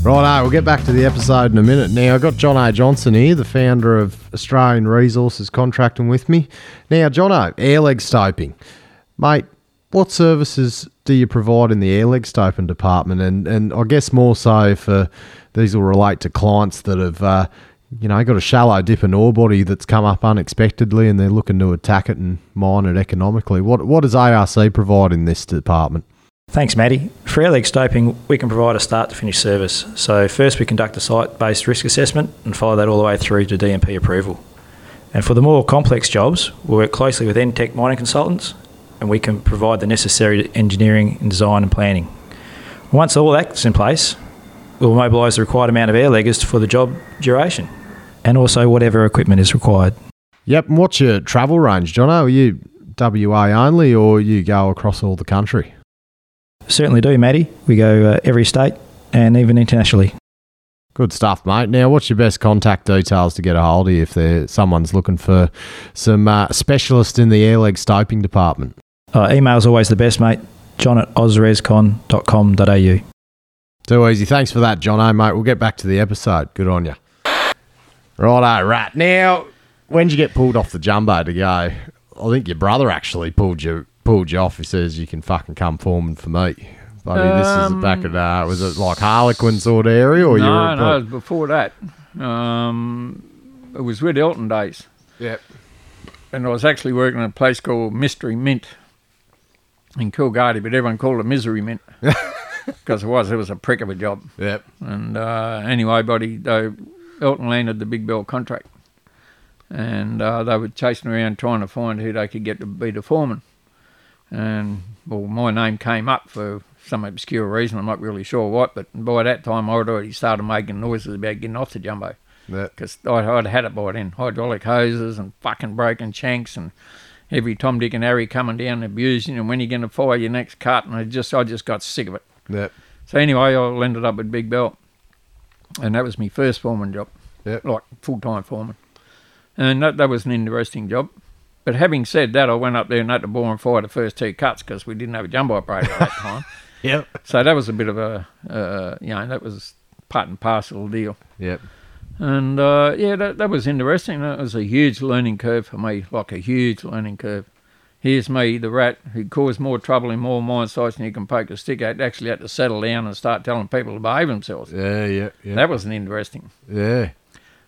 S1: Righto, we'll get back to the episode in a minute. Now, I've got John A. Johnson here, the founder of Australian Resources Contracting, with me. Now, John O, airleg stoping. Mate, what services do you provide in the airleg stoping department? And, and I guess more so for these will relate to clients that have, uh, you know, got a shallow dip in ore body that's come up unexpectedly and they're looking to attack it and mine it economically. What, what does ARC provide in this department?
S5: Thanks, Matty. For air leg stoping, we can provide a start to finish service. So, first we conduct a site based risk assessment and follow that all the way through to DMP approval. And for the more complex jobs, we work closely with NTEC mining consultants and we can provide the necessary engineering and design and planning. Once all that's in place, we'll mobilise the required amount of air leggers for the job duration and also whatever equipment is required.
S1: Yep. And what's your travel range, Jono? Are you WA only or you go across all the country?
S5: Certainly do, Matty. We go uh, every state and even internationally.
S1: Good stuff, mate. Now, what's your best contact details to get a hold of you if there someone's looking for some uh, specialist in the airleg stoping department?
S5: Uh, email's always the best, mate. John at osrescon.com.au.
S1: Too easy. Thanks for that, Jono, mate. We'll get back to the episode. Good on you. Righto, rat. Now, when'd you get pulled off the jumbo to go? I think your brother actually pulled you pulled you off. He says you can fucking come forming for me. Bloody, this is
S4: Um,
S1: back at uh, was it like Harlequin sort of area or you
S4: no,
S1: were
S4: no, it was before that. Um, it was Red Elton days.
S1: Yep.
S4: and I was actually working at a place called Mystery Mint in Coolgardie, but everyone called it Misery Mint because it was it was a prick of a job.
S1: Yep.
S4: And uh, anyway, buddy, they, Elton landed the Big Bell contract, and uh, they were chasing around trying to find who they could get to be the foreman. And well, my name came up for some obscure reason. I'm not really sure what, but by that time I'd already started making noises about getting off the jumbo
S1: Yep.
S4: because I'd, I'd had it by then. Hydraulic hoses and fucking broken shanks and every Tom, Dick, and Harry coming down and abusing and when you going to fire your next cut. And I just, I just got sick of it.
S1: Yep.
S4: So anyway, I ended up at Big Belt, and that was my first foreman job,
S1: Yep.
S4: like full time foreman. And that, that was an interesting job. But having said that, I went up there and had to bore and fire the first two cuts because we didn't have a jumbo operator at that time.
S1: Yep.
S4: So that was a bit of a, uh, you know, that was part and parcel deal.
S1: Yep.
S4: And uh, yeah, that, that was interesting. That was a huge learning curve for me, like a huge learning curve. Here's me, the rat, who caused more trouble in more mine sites than you can poke a stick at, actually had to settle down and start telling people to behave themselves.
S1: Yeah. Yeah. Yeah.
S4: That was an interesting.
S1: yeah.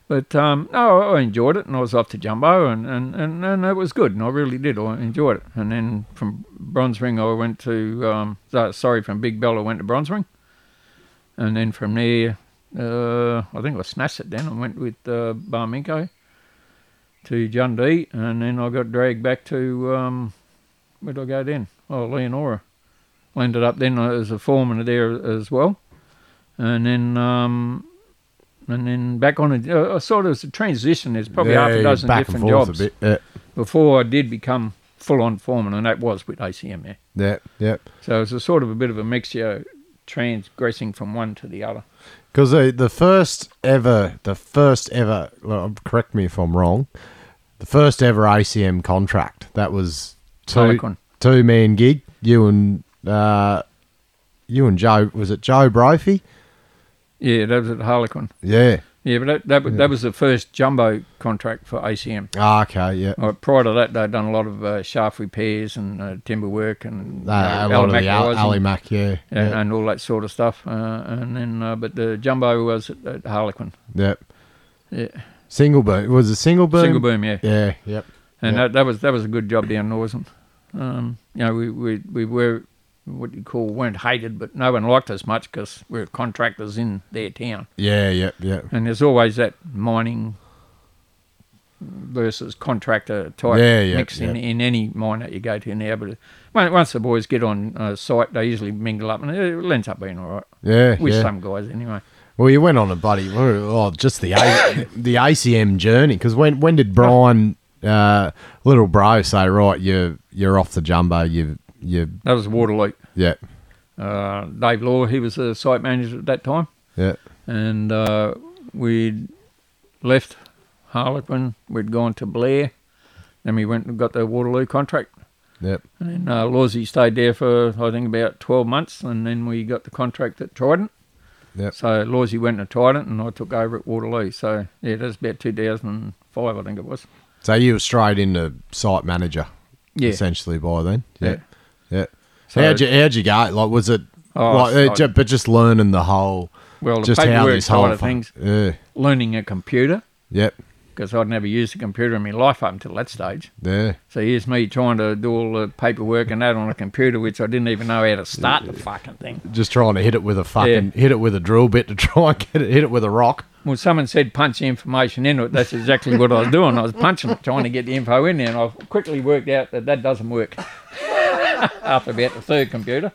S4: But um, no, I enjoyed it, and I was off to Jumbo, and, and, and, and it was good, and I really did. I enjoyed it. And then from Bronze Ring, I went to, um, so- sorry, from Big Bell, I went to Bronze Ring. And then from there, uh, I think I snatched it then. I went with uh, Barminko to Jundee, and then I got dragged back to, um, where did I go then? Oh, Leonora. I ended up then as a foreman there as well. And then um, and then back on a, uh, I sort of it's a transition. There's probably half a dozen
S1: back
S4: different
S1: and forth
S4: jobs
S1: A bit. Yeah.
S4: before I did become full on foreman, and that was with ACM. Yeah.
S1: Yeah. Yeah.
S4: So it's a sort of a bit of a mixture, transgressing from one to the other.
S1: Because the, uh, the first ever, the first ever, well, correct me if I'm wrong, the first ever ACM contract that was two
S4: Harlequin.
S1: two man gig. You and uh, you and Joe was it Joe Brophy?
S4: Yeah, that was at Harlequin.
S1: Yeah.
S4: Yeah, but that that, wa- that was the first jumbo contract for ACM.
S1: Ah, okay. Yeah.
S4: Uh, prior to that, they'd done a lot of uh, shaft repairs and uh, timber work and
S1: Uh,
S4: uh,
S1: a lot of
S4: Alimac
S1: the Al-
S4: rising.
S1: Alimac. Yeah.
S4: and,
S1: Yeah.
S4: and all that sort of stuff. Uh, and then, uh, but the jumbo was at, at Harlequin,
S1: yeah.
S4: Yeah.
S1: Single boom. It was a single boom.
S4: single boom, yeah.
S1: Yeah. Yep.
S4: and
S1: yeah.
S4: That, that was that was a good job down Northern. Um, you know, we, we we were what you call weren't hated, but no one liked us much because we were contractors in their town.
S1: Yeah. Yep. Yep.
S4: And there's always that mining versus contractor type
S1: Yeah, yeah,
S4: mix In,
S1: yeah.
S4: in any mine that you go to now. But uh, on- once the boys get on uh, site, they usually mingle up, and it ends up being all right
S1: Yeah.
S4: with
S1: yeah.
S4: some guys anyway.
S1: Well, you went on a buddy. Oh, just the a- the ACM journey. Because when when did Brian uh, little bro say right? You you're off the jumbo. You you
S4: That was Waterloo.
S1: yeah
S4: uh, Dave Law, he was the site manager at that time,
S1: yeah
S4: and uh, we'd left Harlequin, we'd gone to Blair, then we went and got the Waterloo contract.
S1: yeah
S4: And uh, Lawsy stayed there for, I think, about 12 months, and then we got the contract at Trident.
S1: Yep.
S4: So Lawsy went to Trident, and I took over at Waterloo. So, yeah, that's about 2005, I think it was.
S1: So you were straight into site manager.
S4: Yeah.
S1: Essentially by then. Yeah. Yeah.
S4: So-
S1: how'd you how'd you go? Like was it?
S4: Oh,
S1: like, uh,
S4: I-
S1: ju- but just learning the whole.
S4: Well, the
S1: just how
S4: paperwork
S1: this
S4: side
S1: whole
S4: of
S1: thing-
S4: things.
S1: Yeah.
S4: Learning a computer,
S1: Yep.
S4: because I'd never used a computer in my life up until that stage.
S1: Yeah.
S4: So here's me trying to do all the paperwork and that on a computer, which I didn't even know how to start the fucking thing.
S1: Just trying to hit it with a fucking hit it with a drill bit to try and get it hit it with a rock.
S4: Well, someone said punch the information into it. That's exactly what I was doing. I was punching it, trying to get the info in there, and I quickly worked out that that doesn't work after about the third computer.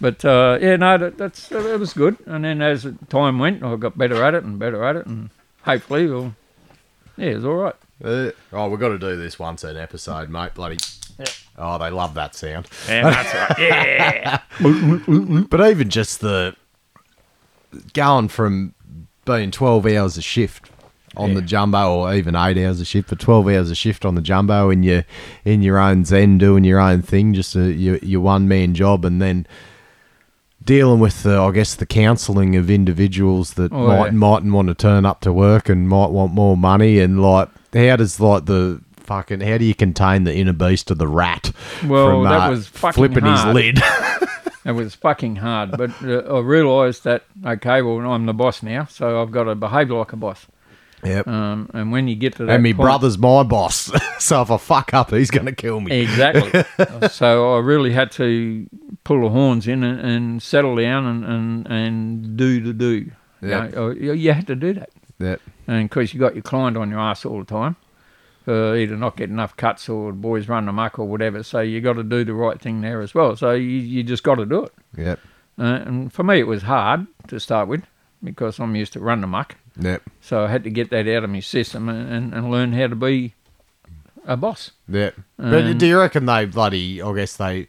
S4: But uh, yeah, no, that, that's that, was good. And then as time went, I got better at it and better at it, and hopefully, we'll, yeah, it's all right.
S1: Uh, oh, we've got to do this once an episode, mate. Bloody. Oh, they love that sound.
S5: And that's right.
S1: But even just the going from being 12 hours a shift on the jumbo or even 8 hours a shift but 12 hours a shift on the jumbo in your in your own zen doing your own thing just a, your, your one man job and then dealing with the, I guess the counselling of individuals that
S4: Oh,
S1: might
S4: yeah.
S1: mightn't want to turn up to work and might want more money and like how does like the fucking how do you contain the inner beast of the rat uh,
S4: Well, that was fucking
S1: flipping his
S4: hard.
S1: lid
S4: It was fucking hard, but uh, I realised that okay, well, I'm the boss now, so I've got to behave like a boss.
S1: yep
S4: Um, and when you get to that,
S1: and my
S4: point-
S1: brother's my boss. so if I fuck up, he's going to kill me.
S4: exactly. so I really had to pull the horns in and, and settle down and, and, and do the do.
S1: Yeah.
S4: You, know, uh, you- you had to do that,
S1: Yep.
S4: and because you got your client on your ass all the time, for either not getting enough cuts or the boys running amok or whatever. So you got to do the right thing there as well. So you, you just got to do it.
S1: Yep.
S4: Uh, and for me, it was hard to start with because I'm used to run amok.
S1: Yep.
S4: So I had to get that out of my system and, and, and learn how to be a boss.
S1: Yep. but
S4: Um,
S1: do you reckon they bloody? I guess they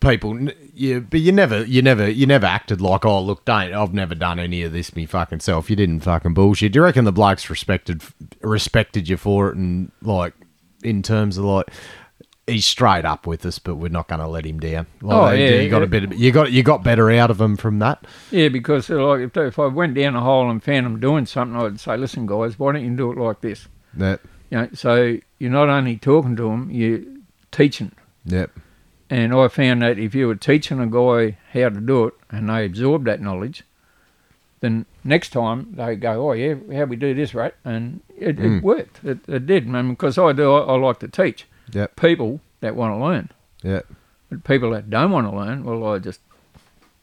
S1: people. n- You, but you never, you never, you never acted like, oh look, don't. I've never done any of this me fucking self. You didn't fucking bullshit. Do you reckon the blokes respected respected you for it and like in terms of like. He's straight up with us, but we're not going to let him down. Like,
S4: Oh,
S1: they-
S4: yeah,
S1: you got
S4: yeah.
S1: a bit. Of, you got you got better out of him from that.
S4: Yeah, because they're like if, they- if I went down a hole and found them doing something, I'd say, "Listen, guys, why don't you do it like this?"
S1: That
S4: You know, so you're not only talking to them, you're teaching.
S1: yep.
S4: And I found that if you were teaching a guy how to do it and they absorb that knowledge, then next time they go, "Oh yeah, how we do this, right?" And it,
S1: Mm.
S4: it worked. It, it did, man. Because I do, I, I like to teach
S1: Yep.
S4: people that want to learn.
S1: Yep.
S4: But people that don't want to learn, well, I just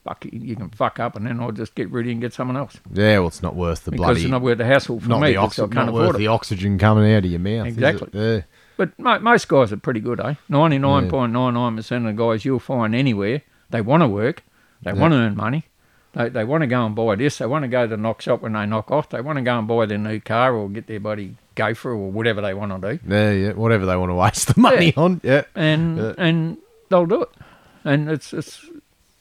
S4: fuck you, you can fuck up, and then I'll just get rid of you and get someone else
S1: Yeah, well, it's not worth the
S4: because
S1: bloody.
S4: it's not worth the hassle for
S1: not
S4: me
S1: the
S4: because
S1: oxygen,
S4: I can't
S1: not worth
S4: afford it.
S1: the oxygen coming out of your mouth. is it?
S4: Exactly.
S1: Yeah.
S4: But mo- most guys are pretty good, eh? Ninety-nine point nine nine percent of the guys you'll find anywhere, they want to work, they want to earn money, they they want to go and buy this, they want to go to the knock shop when they knock off, they want to go and buy their new car or get their buddy gopher or whatever they want to do,
S1: Yeah, yeah, whatever they want to waste the money on. Yeah,
S4: and
S1: Yeah.
S4: and they'll do it, and it's it's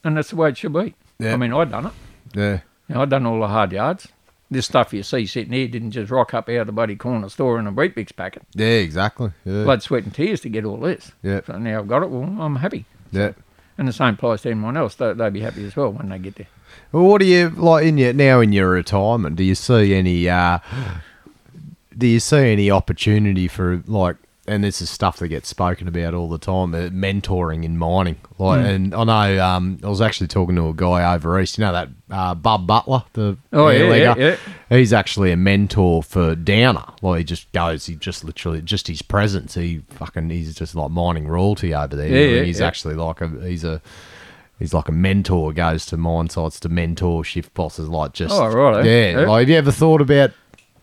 S4: and that's the way it should be.
S1: Yeah.
S4: I mean, I've done it.
S1: yeah,
S4: You know, I've done all the hard yards. This stuff you see sitting here didn't just rock up out of the buddy corner store in a Breatbix packet.
S1: yeah, exactly. Yeah,
S4: Blood, sweat, and tears to get all this.
S1: Yeah.
S4: So now I've got it. Well, I'm happy.
S1: yeah.
S4: And the same applies to anyone else. They, they'd be happy as well when they get there.
S1: Well, what do you like in your now in your retirement? Do you see any? Uh, do you see any opportunity for like? And this is stuff that gets spoken about all the time: uh, mentoring in mining.
S4: Hmm.
S1: Like, and I know um, I was actually talking to a guy over east. You know that uh, Bub Butler, the
S4: Oh, yeah, yeah,
S1: airlegger? He's actually a mentor for Downer. Like, he just goes, he just literally, just his presence. He fucking, he's just like mining royalty over there.
S4: Yeah, yeah,
S1: he's
S4: yeah.
S1: actually like a, he's a, he's like a mentor goes to mine sites to mentor shift bosses like just
S4: Oh, righto.
S1: yeah,
S4: Yeah.
S1: like have you ever thought about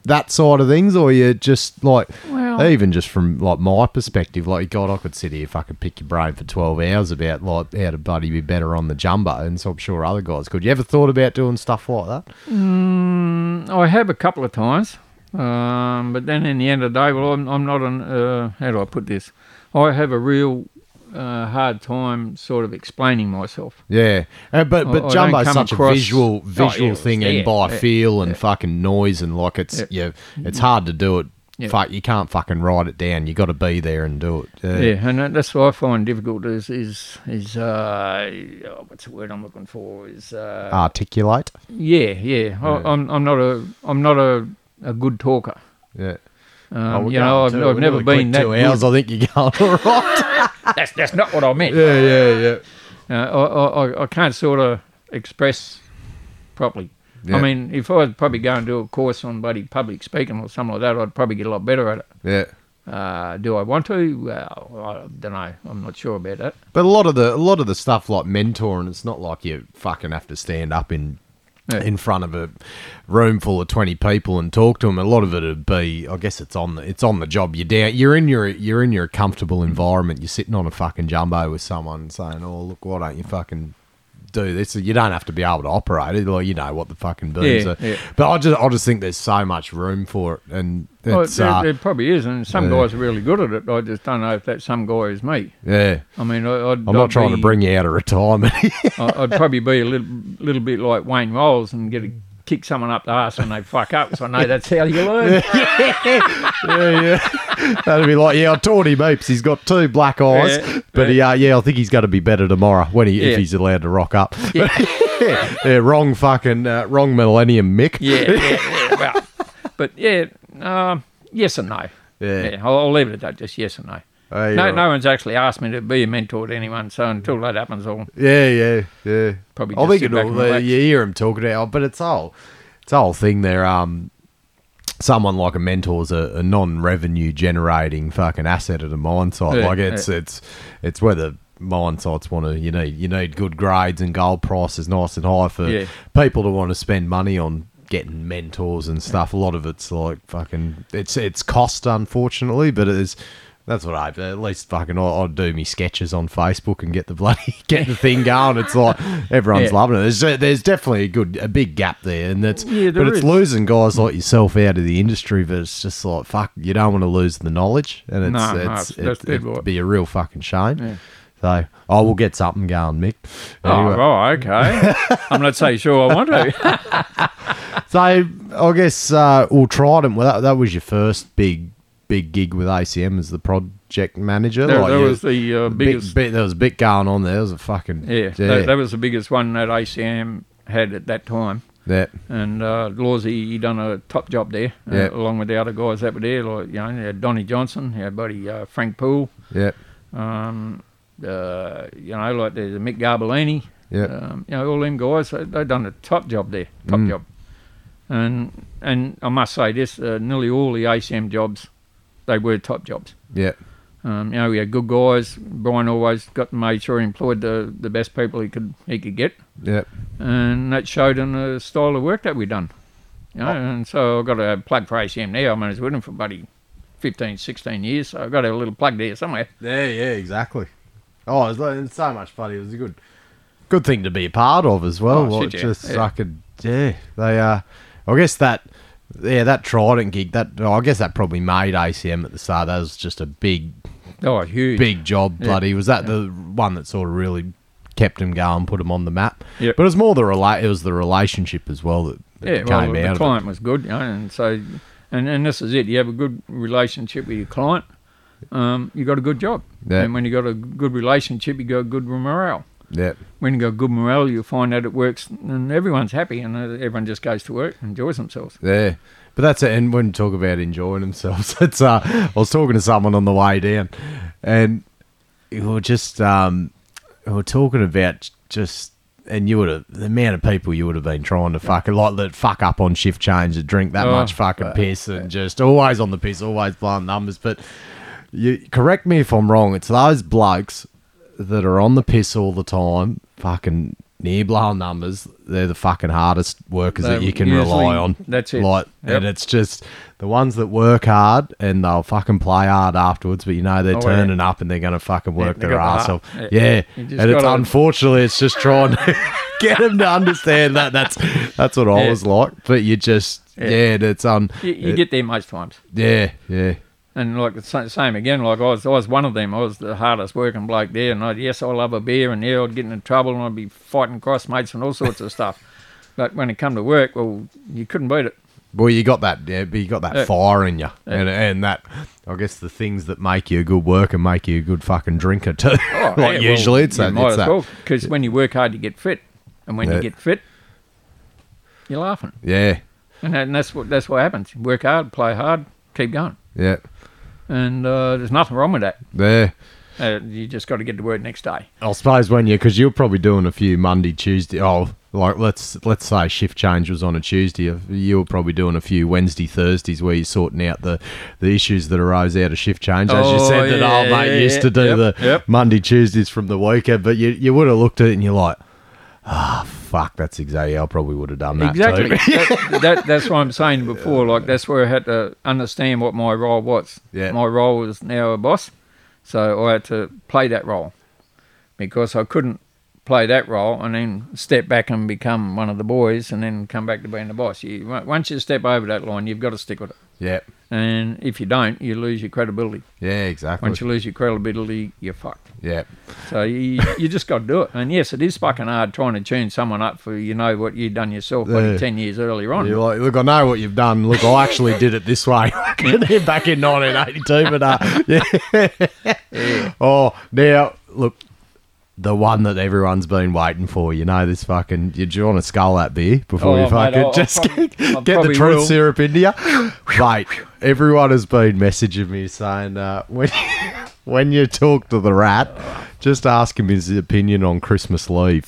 S1: that side of things or you just like
S4: Well-
S1: even just from like my perspective like god i could sit here fucking pick your brain for 12 hours about like how to buddy be better on the jumbo and so i'm sure other guys could you ever thought about doing stuff like that
S4: I have a couple of times. Um, but then in the end of the day, well, I'm, I'm not an, uh, how do I put this? I have a real uh, hard time sort of explaining myself.
S1: yeah Uh, but
S4: I- I
S1: but
S4: Oh, don't
S1: jumbo's
S4: come
S1: such a
S4: across-
S1: visual visual
S4: yeah, it's
S1: thing and
S4: there.
S1: by
S4: Yeah,
S1: feel and fucking noise and like it's
S4: Yeah.
S1: yeah it's hard to do it
S4: Yeah.
S1: fuck you can't fucking write it down you got to be there and do it
S4: Yeah, and that- that's what I find difficult is is is uh, oh, what's the word I'm looking for is uh,
S1: articulate
S4: yeah, yeah. I, I'm I'm not a I'm not a, a good talker.
S1: yeah Oh,
S4: Um, you know, I've, I've never been that.
S1: Two hours,
S4: good.
S1: I think you're going all right.
S4: That's that's not what I meant.
S1: yeah, yeah, yeah.
S4: Uh, I, I I- I can't sort of express properly.
S1: Yeah.
S4: I mean, if I would probably go and do a course on bloody public speaking or something like that, I'd probably get a lot better at it.
S1: Yeah.
S4: Uh, do I want to? Well, I don't know. I'm not sure about that.
S1: But a lot of the a lot of the stuff like mentoring, it's not like you fucking have to stand up in
S4: Yeah.
S1: in front of a room full of twenty people and talk to them. A lot of it would be, I guess, it's on the it's on the job. You're down, you're in your you're in your comfortable environment. You're sitting on a fucking jumbo with someone saying, "Oh, look, why don't you fucking." Do this. You don't have to be able to operate it. Like you know what the fucking beams
S4: Yeah,
S1: are.
S4: yeah.
S1: But I just, I just think there's so much room for it, and
S4: Well,
S1: it's
S4: there,
S1: uh,
S4: there probably is, and some
S1: yeah.
S4: guys are really good at it. I just don't know if that some guy is me.
S1: yeah.
S4: I mean, I, I'd,
S1: I'm
S4: I'd
S1: not trying to
S4: be-
S1: bring you out of retirement.
S4: I- I'd probably be a little little bit like Wayne Rolls and get a kick someone up the ass when they fuck up. So I know that's how you learn.
S1: yeah, yeah. That'd be like, yeah, I taught him heaps. He's got two black eyes,
S4: Yeah,
S1: but he, uh, yeah, I think he's going to be better tomorrow when he if
S4: Yeah.
S1: he's allowed to rock up. Yeah, yeah, wrong fucking uh, wrong millennium, Mick.
S4: yeah, yeah, yeah. Well, but yeah, um, yes and no.
S1: Yeah.
S4: I'll, I'll leave it at that. Just yes and no.
S1: Oh, you're
S4: no,
S1: right.
S4: no one's actually asked me to be a mentor to anyone. So until that happens, I'll
S1: Yeah, yeah, yeah.
S4: Probably
S1: I
S4: just
S1: think
S4: sit
S1: it
S4: back
S1: all.
S4: and relax.
S1: you hear him talking out, but it's all, it's all thing there. Um, someone like a mentor's a, a non-revenue generating fucking asset at a mine site.
S4: Yeah,
S1: like it's it's it's whether mine sites want to. You need you need good grades and gold prices nice and high for
S4: Yeah.
S1: people to want to spend money on getting mentors and stuff. A lot of it's like fucking it's it's cost unfortunately, but it's that's what I at least fucking I- I'd do me sketches on Facebook and get the bloody get the thing going. It's like everyone's
S4: Yeah.
S1: loving it. There's there's definitely a good a big gap there, and that's
S4: Yeah,
S1: but
S4: there
S1: it's
S4: is.
S1: losing guys like yourself out of the industry. But it's just like fuck, you don't want to lose the knowledge, and it's
S4: No, no,
S1: it's,
S4: it's- that's
S1: it,
S4: dead
S1: it'd
S4: right.
S1: be a real fucking shame.
S4: Yeah.
S1: So I will get something going, Mick.
S4: Oh, oh, okay. I'm not so sure I want to.
S1: So I guess uh, well, Trident. Well, that, that was your first big big gig with ACM as the project manager.
S4: There,
S1: Like,
S4: there
S1: you-
S4: was the uh,
S1: bit-
S4: biggest.
S1: bit- there was a bit going on there. There was a fucking
S4: yeah, That, that was the biggest one that ACM had at that time.
S1: that-
S4: And uh, Lawsy, he done a top job there, uh,
S1: Yeah.
S4: along with the other guys that were there. Like you know, you had Donnie Johnson, you had buddy uh, Frank Poole,
S1: yeah,
S4: um, uh, you know, like there's Mick Garbellini,
S1: yeah.
S4: um, you know, all them guys, they, they done a top job there, top
S1: Mm.
S4: job. And and I must say this, uh, nearly all the ACM jobs, they were top jobs.
S1: Yeah,
S4: Um, you know, we had good guys. Brian always got made sure he employed the, the best people he could he could get,
S1: yeah,
S4: and that showed in the style of work that we done. You know, and so I've got a plug for ACM now. I mean, it's with him for bloody 15, 16 years, so I've got a little plug there somewhere.
S1: yeah, yeah, exactly. Oh, it's, like- it's so much fun. It was a good, good thing to be a part of as well.
S4: Oh,
S1: Like,
S4: shit, yeah,
S1: just
S4: yeah.
S1: fucking yeah. They uh, I guess that yeah that Trident gig that oh, I guess that probably made ACM at the start. That was just a big
S4: Oh, huge.
S1: big job.
S4: Yeah.
S1: Bloody was that the one that sort of really kept him going, put him on the map.
S4: Yep.
S1: But it was more the rela- It was the relationship as well that, that
S4: yeah,
S1: came
S4: well,
S1: out.
S4: the
S1: of it.
S4: client was good, you know, and so, and, and this is it. You have a good relationship with your client, um, you got a good job.
S1: Yeah.
S4: And when you got a good relationship, you got good morale.
S1: Yeah,
S4: When you got good morale, you'll find out it works, and everyone's happy, and uh, everyone just goes to work, and enjoys themselves.
S1: Yeah. But that's it. And when you talk about enjoying themselves, it's uh, I was talking to someone on the way down, and we were just um, we were talking about just and you would have the amount of people you would have been trying to fuck like that fuck up on shift change and drink that
S4: Oh,
S1: much fucking piss and just always on the piss, always blowing numbers. But you correct me if I'm wrong. It's those blokes that are on the piss all the time, fucking near blowing numbers. They're the fucking hardest workers that
S4: They
S1: you can
S4: usually-
S1: rely on.
S4: that's it.
S1: Like, and
S4: Yep.
S1: it's just the ones that work hard and they'll fucking play hard afterwards, but you know they're
S4: Oh, yeah.
S1: turning up and they're going to fucking work
S4: they
S1: their
S4: got the
S1: ass
S4: heart.
S1: off. Yeah,
S4: Yeah. You
S1: and
S4: just
S1: it's
S4: gotta-
S1: unfortunately it's just trying to get them to understand that. That's that's what I
S4: Yeah.
S1: was like. But you just yeah, it's um
S4: You, you get there most times.
S1: yeah yeah
S4: And like the sa- same again, like I was, I was one of them. I was the hardest working bloke there, and I yes, I love a beer, and yeah, I'd get into trouble, and I'd be fighting crossmates and all sorts of stuff. But when it come to work, well, you couldn't beat it.
S1: Well, you got that, yeah, but you got that
S4: Yeah.
S1: fire in you, and and that, I guess, the things that make you a good worker make you a good fucking drinker too.
S4: Oh,
S1: like usually, it's that. It's that.
S4: because when you work hard, you get fit, and when
S1: Yeah.
S4: you get fit, you're laughing,
S1: Yeah,
S4: and, that, and that's what that's what happens. You work hard, play hard, keep going,
S1: yeah,
S4: and uh, there's nothing wrong with that.
S1: there.
S4: Uh, you just got to get to work next day.
S1: I suppose when you, because you're probably doing a few Monday, Tuesday. Oh, like let's let's say shift change was on a Tuesday. You were probably doing a few Wednesday, Thursdays where you're sorting out the, the issues that arose out of shift change. As you
S4: Oh,
S1: said, that
S4: yeah,
S1: old mate
S4: yeah,
S1: used to
S4: yeah.
S1: do
S4: Yep,
S1: the
S4: yep.
S1: Monday, Tuesdays from the weekend. But you you would have looked at it and you're like, ah, fuck, that's exactly. I probably would have done that. too."
S4: Exactly. that, that, that's what I'm saying before. Like that's where I had to understand what my role was.
S1: Yeah.
S4: My role was now a boss, so I had to play that role because I couldn't play that role and then step back and become one of the boys and then come back to being the boss. You once you step over that line, you've got to stick with it.
S1: Yeah.
S4: And if you don't, you lose your credibility.
S1: Yeah, exactly.
S4: Once you lose your credibility, you're fucked.
S1: yeah.
S4: So you, you just got to do it. And yes, it is fucking hard trying to tune someone up for you know what you've done yourself bloody
S1: Yeah.
S4: ten years earlier on.
S1: You're like, look, I know what you've done. Look, I actually did it this way back in 1982. But uh, yeah. Oh, now look, the one that everyone's been waiting for. You know this fucking. You, do you want to scull that beer before
S4: Oh,
S1: you
S4: mate,
S1: fucking
S4: I'll- I'll
S1: just
S4: probably-
S1: get,
S4: I'll
S1: get the
S4: probably
S1: truth
S4: will.
S1: syrup into you, mate? Everyone has been messaging me saying uh, when when you talk to the rat, just ask him his opinion on Christmas leave.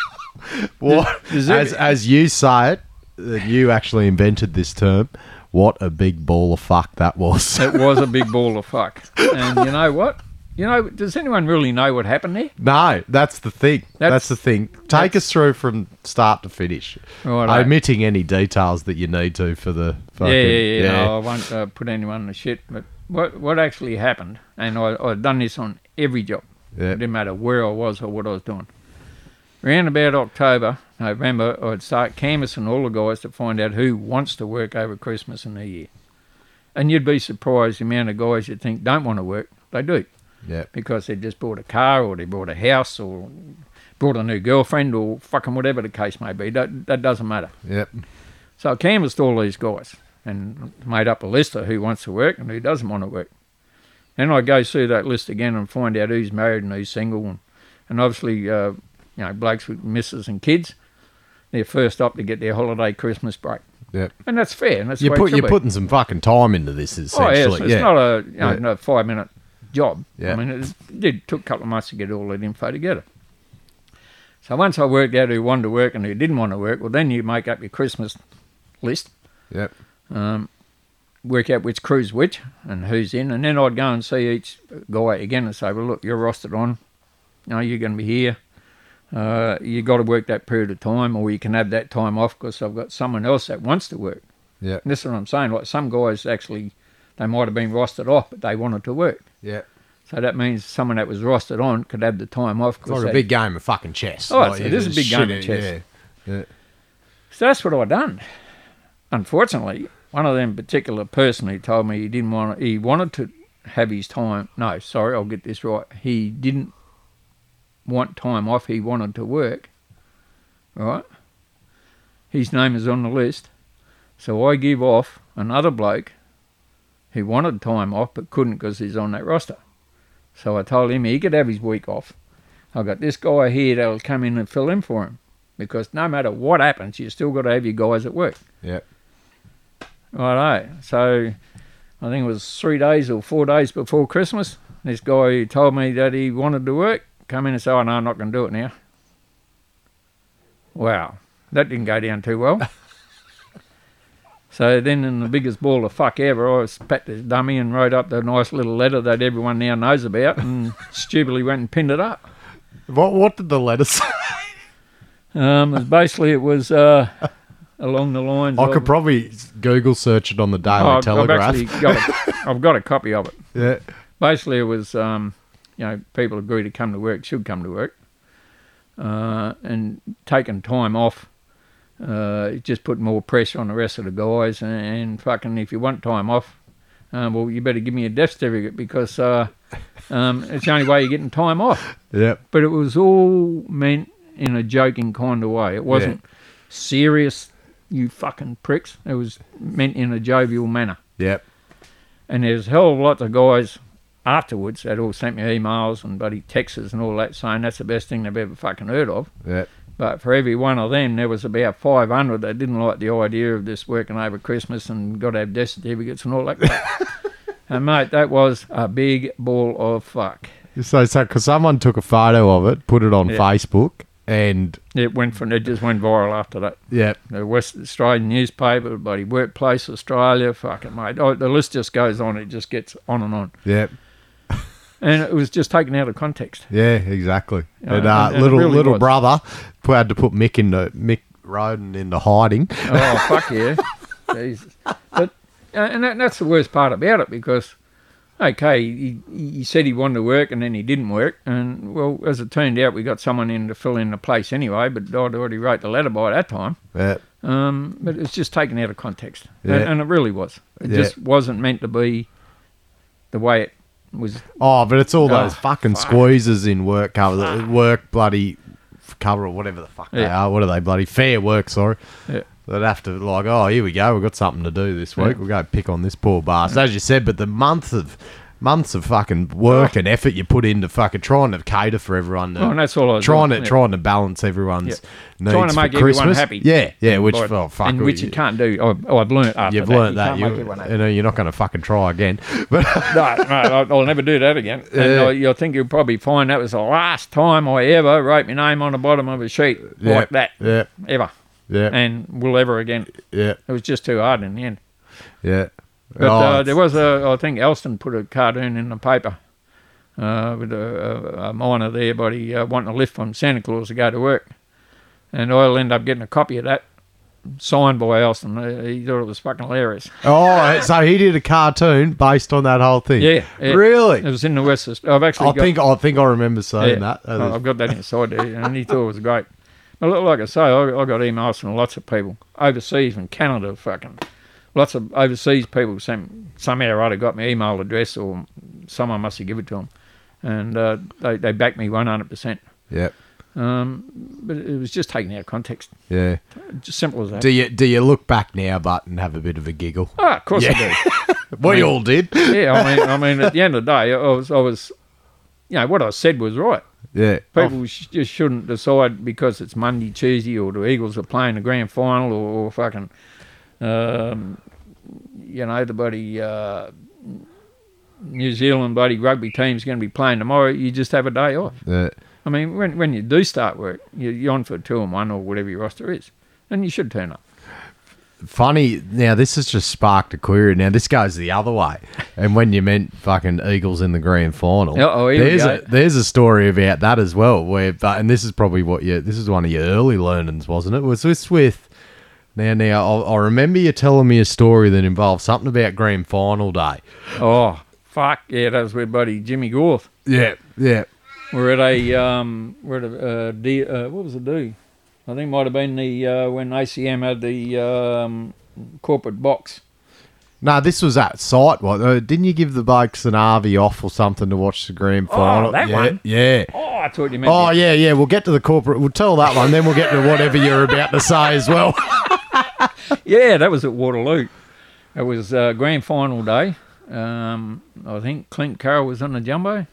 S1: What,
S4: Is it-
S1: as, as you say it, that you actually invented this term. What a big ball of fuck that was.
S4: It was a big ball of fuck. And you know what? You know, does anyone really know what happened there?
S1: no, that's the thing. That's,
S4: That's-
S1: the thing. Take us through from start to finish,
S4: Righto.
S1: omitting any details that you need to for the. Fucking,
S4: yeah, yeah, yeah. No, I won't uh, put anyone in the shit. But what what actually happened? And I, I've done this on every job.
S1: Yeah.
S4: It didn't matter where I was or what I was doing. Around about October, November, I'd start canvassing all the guys to find out who wants to work over Christmas and New Year. And you'd be surprised the amount of guys you think don't want to work. They do.
S1: Yeah.
S4: because they just bought a car or they bought a house or brought a new girlfriend or fucking whatever the case may be. That, that doesn't matter.
S1: Yep.
S4: So I canvassed all these guys and made up a list of who wants to work and who doesn't want to work. Then I go through that list again and find out who's married and who's single. And, and obviously, uh, you know, blokes with misses and kids, they're first up to get their holiday Christmas break.
S1: Yep.
S4: And that's fair. And that's
S1: You
S4: the way
S1: put
S4: it should
S1: you're
S4: be.
S1: putting some fucking time into this
S4: Oh,
S1: essentially.
S4: yeah. So it's
S1: yeah.
S4: not a you know,
S1: Yeah.
S4: no five minute job.
S1: Yeah.
S4: I mean, it, did took a couple of months to get all that info together. So once I worked out who wanted to work and who didn't want to work, well, then you make up your Christmas list
S1: Yep.
S4: um, work out which crew's which and who's in, and then I'd go and see each guy again and say, "Well, look, you're rostered on. No, you're going to be here. Uh, you got to work that period of time, or you can have that time off because I've got someone else that wants to work."
S1: Yep.
S4: And this is what I'm saying. Like some guys actually, they might have been rostered off, but they wanted to work.
S1: Yep.
S4: So that means someone that was rostered on could have the time off.
S1: It's like
S4: they-
S1: a big game of fucking chess.
S4: Oh,
S1: Like,
S4: it's- it is a big
S1: shit
S4: game of
S1: it-
S4: chess. So that's what I done. Unfortunately, one of them particular person who told me he didn't want he wanted to have his time. No, sorry, I'll get this right. He didn't want time off. He wanted to work. Right. His name is on the list, so I give off another bloke who wanted time off but couldn't because he's on that roster. So I told him he could have his week off. I got this guy here that'll come in and fill in for him because no matter what happens, you still got to have your guys at work.
S1: Yep.
S4: Righto. So I think it was three days or four days before Christmas. This guy who told me that he wanted to work come in and say, "Oh no, I'm not going to do it now." Wow, that didn't go down too well. so then, in the biggest ball of fuck ever, I spat this dummy and wrote up the nice little letter that everyone now knows about, and stupidly went and pinned it up.
S1: What what did the letter say?
S4: Um, it was basically, it was uh, along the lines.
S1: I
S4: of,
S1: could probably Google search it on the Daily
S4: Oh, I've-
S1: Telegraph.
S4: I've actually got a, I've got a copy of it.
S1: yeah.
S4: Basically, it was um, you know people agree to come to work should come to work, uh, and taking time off. Uh, it just put more pressure on the rest of the guys, and, and fucking if you want time off, uh, well you better give me a death certificate because uh, um, it's the only way you're getting time off
S1: Yep.
S4: but it was all meant in a joking kind of way. It wasn't serious, you fucking pricks. It was meant in a jovial manner.
S1: Yep.
S4: And there's a hell of lots of guys afterwards that all sent me emails and bloody texts and all that saying that's the best thing they've ever fucking heard of.
S1: Yep.
S4: But for every one of them, there was about 500 that didn't like the idea of this working over Christmas and got to have death certificates and all that crap. and mate, that was a big ball of fuck.
S1: So so because someone took a photo of it, put it on
S4: Yeah.
S1: Facebook, and
S4: It went from it just went viral after that.
S1: yep.
S4: the West Australian newspaper, bloody Workplace Australia, fucking mate. Oh, the list just goes on. It just gets on and on.
S1: Yep.
S4: And it was just taken out of context.
S1: Yeah, exactly.
S4: Yeah,
S1: and uh,
S4: and- and it
S1: little
S4: really
S1: little
S4: was.
S1: brother pu- had to put Mick into Mick Roden into hiding.
S4: Oh, fuck yeah. Jesus. But, uh, and that, that's the worst part about it because, okay, he, he said he wanted to work and then he didn't work. And, well, as it turned out, we got someone in to fill in the place anyway, but I'd already wrote the letter by that time.
S1: Yep.
S4: Um, but it's just taken out of context,
S1: Yeah.
S4: and, and it really was. It
S1: Yeah.
S4: just wasn't meant to be the way it was
S1: Oh, but it's all
S4: Oh,
S1: those fucking squeezes in work cover, the work bloody f- cover or whatever the fuck they
S4: Yeah.
S1: are. What are they bloody fair work? Sorry,
S4: Yeah.
S1: they'd have to like, oh, here we go, we've got something to do this week.
S4: Yeah.
S1: We'll go pick on this poor bastard, as you said. But the month of months of fucking work and effort you put into fucking trying to cater for everyone. To,
S4: Oh, and that's all I was
S1: trying
S4: doing,
S1: to
S4: yeah.
S1: trying to balance everyone's needs
S4: trying to
S1: for
S4: make
S1: Christmas.
S4: everyone happy.
S1: Yeah, yeah. Which
S4: Right.
S1: oh, fuck,
S4: and which you, can't do. Oh, oh, I've learnt after
S1: You've
S4: that.
S1: learned that.
S4: You can't
S1: You,
S4: make everyone happy.
S1: you know, you're not going to fucking try again. But
S4: no, no, I'll- I'll never do that again. And
S1: Yeah.
S4: I, you'll think you'll probably find that was the last time I ever wrote my name on the bottom of a sheet
S1: yeah,
S4: like that,
S1: Yeah,
S4: ever,
S1: yeah,
S4: and will ever again.
S1: yeah.
S4: It was just too hard in the end.
S1: Yeah.
S4: But
S1: Oh,
S4: uh,
S1: it's-
S4: there was a, I think Elston put a cartoon in the paper uh, with a, a, a miner there, but he uh, wanting a lift from Santa Claus to go to work. And I'll end up getting a copy of that signed by Elston. Uh, He thought it was fucking hilarious.
S1: Oh, so he did a cartoon based on that whole thing.
S4: Yeah, yeah.
S1: Really?
S4: It was in the West. Aust- I've actually
S1: I
S4: got,
S1: think I think I remember saying
S4: yeah,
S1: that.
S4: Oh,
S1: That is-
S4: I've got that inside there, and he thought it was great. But look, like I say, I, I got emails from lots of people overseas from Canada, fucking lots of overseas people. Some somehow or other got my email address, or someone must have given it to them. and uh, they they backed me one hundred percent.
S1: Yep.
S4: But it was just taken out of context.
S1: Yeah.
S4: Just simple as that.
S1: Do you do you look back now, but and have a bit of a giggle?
S4: Ah, of course I do.
S1: We all did.
S4: yeah, I mean, I mean, at the end of the day, I was, I was, you know, what I said was right.
S1: Yeah.
S4: People sh- just shouldn't decide because it's Monday, Tuesday, or the Eagles are playing the grand final, or, or fucking, um, you know, the bloody uh, New Zealand bloody rugby team's going to be playing tomorrow. You just have a day off.
S1: Yeah.
S4: I mean, when when you do start work, you- you're on for two and one or whatever your roster is, and you should turn up.
S1: Funny. Now this has just sparked a query. Now this goes the other way. And when you meant fucking Eagles in the grand final,
S4: Uh-oh, Oh, here we
S1: there's
S4: go.
S1: a there's a story about that as well. Where but, and this is probably what you this is one of your early learnings, wasn't it? Was this with? Now, now I, I remember you telling me a story that involved something about grand final day.
S4: Oh fuck yeah, that was with buddy Jimmy Gorth.
S1: Yeah. Yeah.
S4: We're at a um, we're at a uh, D, uh, what was it do? I think it might have been the uh, when ACM had the um, corporate box.
S1: No, this was at site. What uh, didn't you give the blokes an RV off or something to watch the grand final?
S4: Oh, that
S1: yeah,
S4: one?
S1: Yeah.
S4: Oh, I thought you meant.
S1: Oh yeah, yeah. We'll get to the corporate. We'll tell that one, then we'll get to whatever you're about to say as well.
S4: yeah, that was at Waterloo. It was uh, grand final day. Um, I think Clint Carroll was on the jumbo.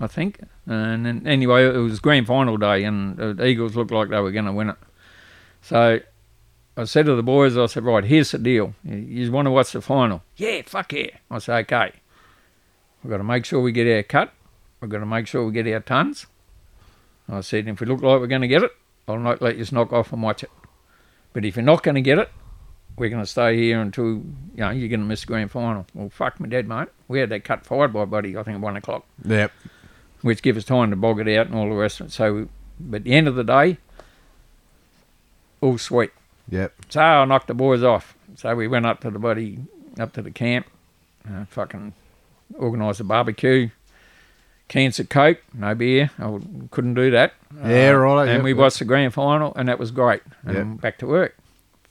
S4: I think, and then anyway, it was grand final day, and the Eagles looked like they were going to win it. So I said to the boys, I said, right, here's the deal. You- You want to watch the final? Yeah, fuck yeah. I said, okay. We've got to make sure we get our cut. We've got to make sure we get our tons. I said, if we look like we're going to get it, I'll not let you knock off and watch it. But if you're not going to get it, we're going to stay here until you know you're going to miss the grand final. Well, fuck my dead mate. We had that cut fired by buddy. I think at one o'clock,
S1: yep.
S4: which give us time to bog it out and all the rest of it. So, but at the end of the day, all sweet.
S1: Yep.
S4: So I knocked the boys off. So we went up to the buddy, up to the camp, uh, fucking organised a barbecue, cans of coke, no beer. I w- couldn't do that. Uh,
S1: Yeah, right,
S4: And
S1: yep,
S4: we
S1: yep.
S4: watched the grand final, and that was great. And
S1: Yep.
S4: back to work.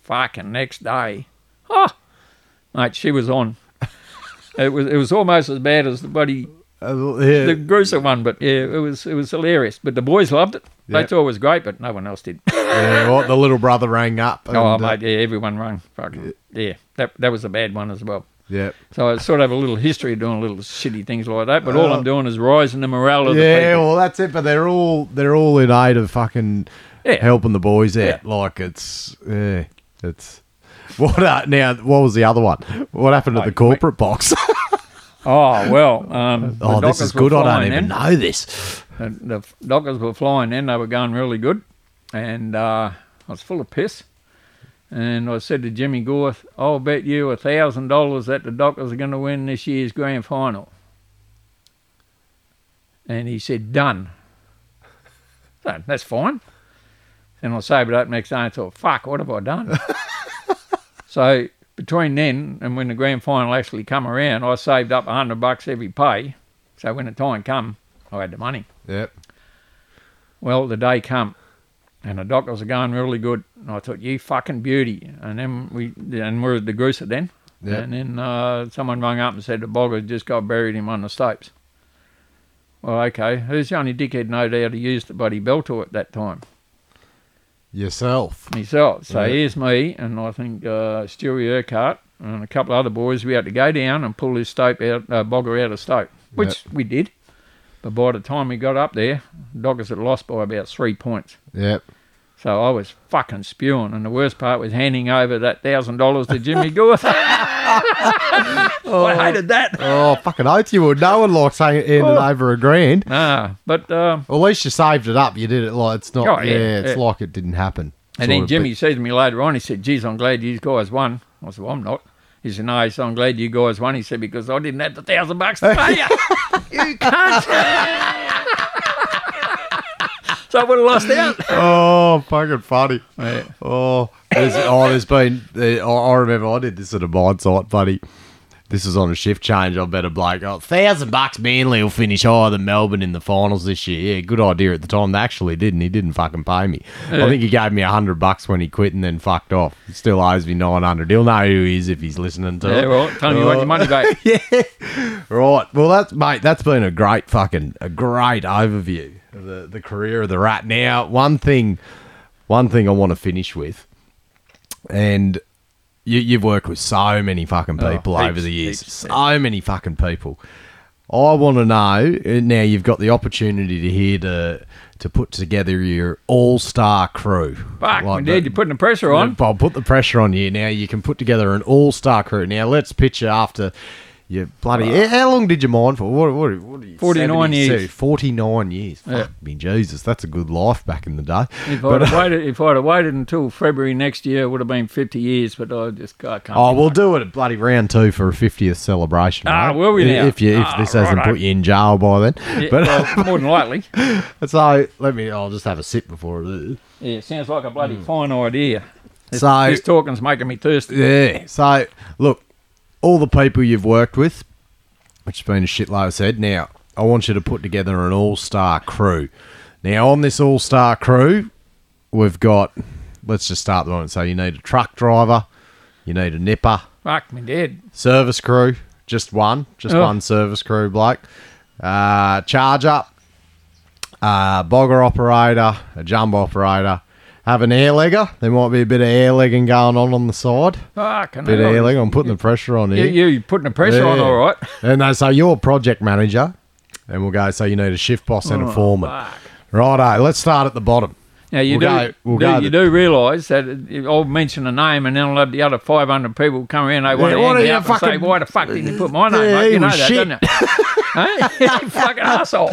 S4: Fucking next day, oh, mate, she was on. it was it was almost as bad as the buddy
S1: Uh, yeah.
S4: the gruesome one, but yeah, it was it was hilarious. But the boys loved it. They
S1: Yep.
S4: thought it was great, but no one else did.
S1: yeah, what the little brother rang up. And,
S4: Oh,
S1: uh,
S4: mate, yeah, everyone rang. Fucking, yeah, that that was a bad one as well.
S1: Yep.
S4: So I sort of have a little history of doing little shitty things like that, but all I'm doing is rising the morale of the
S1: Oh. Yeah.
S4: people.
S1: Well, that's it. But they're all they're all in aid of fucking
S4: Yeah.
S1: helping the boys out.
S4: Yeah.
S1: Like it's yeah, it's. What uh, now? What was the other one? What happened at the
S4: mate.
S1: corporate box?
S4: Oh well. Um, the
S1: oh, this
S4: Dockers
S1: is
S4: were
S1: good. I don't
S4: flying
S1: even
S4: in.
S1: know this.
S4: And the f- Dockers were flying in. They were going really good, and uh, I was full of piss. And I said to Jimmy Gorth, "I'll bet you a thousand dollars that the Dockers are going to win this year's grand final." And he said, "Done." So that's fine. And I sobered up next day and thought, "Fuck, what have I done?" so between then and when the grand final actually come around, I saved up a hundred bucks every pay. So when the time come, I had the money.
S1: Yep.
S4: Well, the day come, and the doctors are going really good. And I thought, you fucking beauty. And then we, and we are at the Gooser then.
S1: Yeah.
S4: And then uh, someone rung up and said the bogger just got buried in one of the stopes. Well, okay. Who's the only dickhead know how to use the bloody Beltor at that time?
S1: Yourself.
S4: Myself. So
S1: Yeah.
S4: here's me, and I think uh, Stewie Urquhart and a couple of other boys. We had to go down and pull this stope out, uh, bogger out of stope, which we did. But by the time we got up there, Doggers had lost by about three points.
S1: Yep.
S4: So I was fucking spewing, and the worst part was handing over that thousand dollars to Jimmy Gorth. I hated that.
S1: Oh, fucking oath you would. No one likes saying in
S4: Oh.
S1: and over a grand.
S4: Ah, but um,
S1: Well, at least you saved it up. You did it like it's not.
S4: Oh,
S1: yeah,
S4: yeah,
S1: it's
S4: yeah.
S1: like it didn't happen.
S4: and
S1: sort
S4: then
S1: of
S4: Jimmy
S1: bit.
S4: said to me later on, he said, "Geez, I'm glad you guys won." I said, "Well, I'm not." He said, "No, he said, I'm glad you guys won." He said, "Because I didn't have the thousand bucks to pay you, you cunt." so I would have lost out.
S1: Oh, fucking funny.
S4: Yeah.
S1: Oh, there's, oh, there's been. there- I I remember I did this at a mine site, buddy. This is on a shift change. I better bloke. Oh, thousand bucks. Manly will finish higher than Melbourne in the finals this year. Yeah, good idea at the time. They actually didn't. He didn't fucking pay me. I think he gave me a hundred bucks when he quit and then fucked off. He still owes me nine hundred. He'll know who he is if he's listening to
S4: Yeah,
S1: it.
S4: well, tell me you want your money back.
S1: Right. Well, that's mate. That's been a great fucking a great overview of the the career of the rat. Now, one thing, one thing I want to finish with, and you, you've worked with so many fucking people over
S4: Oh, heaps,
S1: the years,
S4: heaps,
S1: so many fucking people. I want to know uh, now. You've got the opportunity to here to to put together your all star crew.
S4: Fuck, my
S1: Like
S4: dad,
S1: the-
S4: you're putting the pressure on.
S1: I'll put the pressure on you now. You can put together an all-star crew. Now let's picture after you bloody. How long did you mine for? What? What? what are you,
S4: 49
S1: 72?
S4: Uh, years.
S1: Forty-nine years.
S4: Yeah.
S1: Fuck me, Jesus, that's a good life back in the day.
S4: If I'd,
S1: uh,
S4: have waited, if I'd have waited until February next year, it would have been 50 years, but I just I can't.
S1: Oh,
S4: be
S1: we'll do it at bloody round two for a fiftieth celebration.
S4: Ah,
S1: right?
S4: will we now?
S1: If you if
S4: Ah,
S1: this hasn't
S4: righto.
S1: put you in jail by then,
S4: Yeah,
S1: but
S4: well, more than likely.
S1: so let me. I'll just have a sip before. it-
S4: Yeah, sounds like a bloody fine idea. This,
S1: Hmm. So-
S4: this talking's making me thirsty.
S1: Yeah. So, look, all the people you've worked with, which has been a shitload said, now I want you to put together an all star crew. Now, on this all star crew, we've got, let's just start the moment. So, you need a truck driver, you need a nipper,
S4: Fuck me dead.
S1: service crew, just one, just
S4: Oh.
S1: one service crew bloke, uh, charger, uh, bogger operator, a jump operator. Have an air legger. There might be a bit of air legging going on on the side.
S4: Fuck. I
S1: Bit
S4: know.
S1: of ailing. I'm putting the pressure on
S4: You,
S1: here.
S4: you putting the pressure on,
S1: Yeah.
S4: all right.
S1: And uh, so you're a project manager, and we'll go. So you need a shift boss and a foreman.
S4: Oh, fuck.
S1: Righto. Let's start at the bottom.
S4: Now you
S1: We'll
S4: do,
S1: go- we'll
S4: do-
S1: go
S4: you
S1: the-
S4: do realise that it- I'll mention a name and then I'll have the other 500 people come in. They want
S1: Yeah, why
S4: to
S1: don't
S4: hang me
S1: you
S4: up and say,
S1: fucking-
S4: "Why the fuck didn't you put my name?"
S1: Yeah,
S4: up?
S1: he
S4: you know
S1: was
S4: that,
S1: shit.
S4: don't you? huh? You fucking asshole.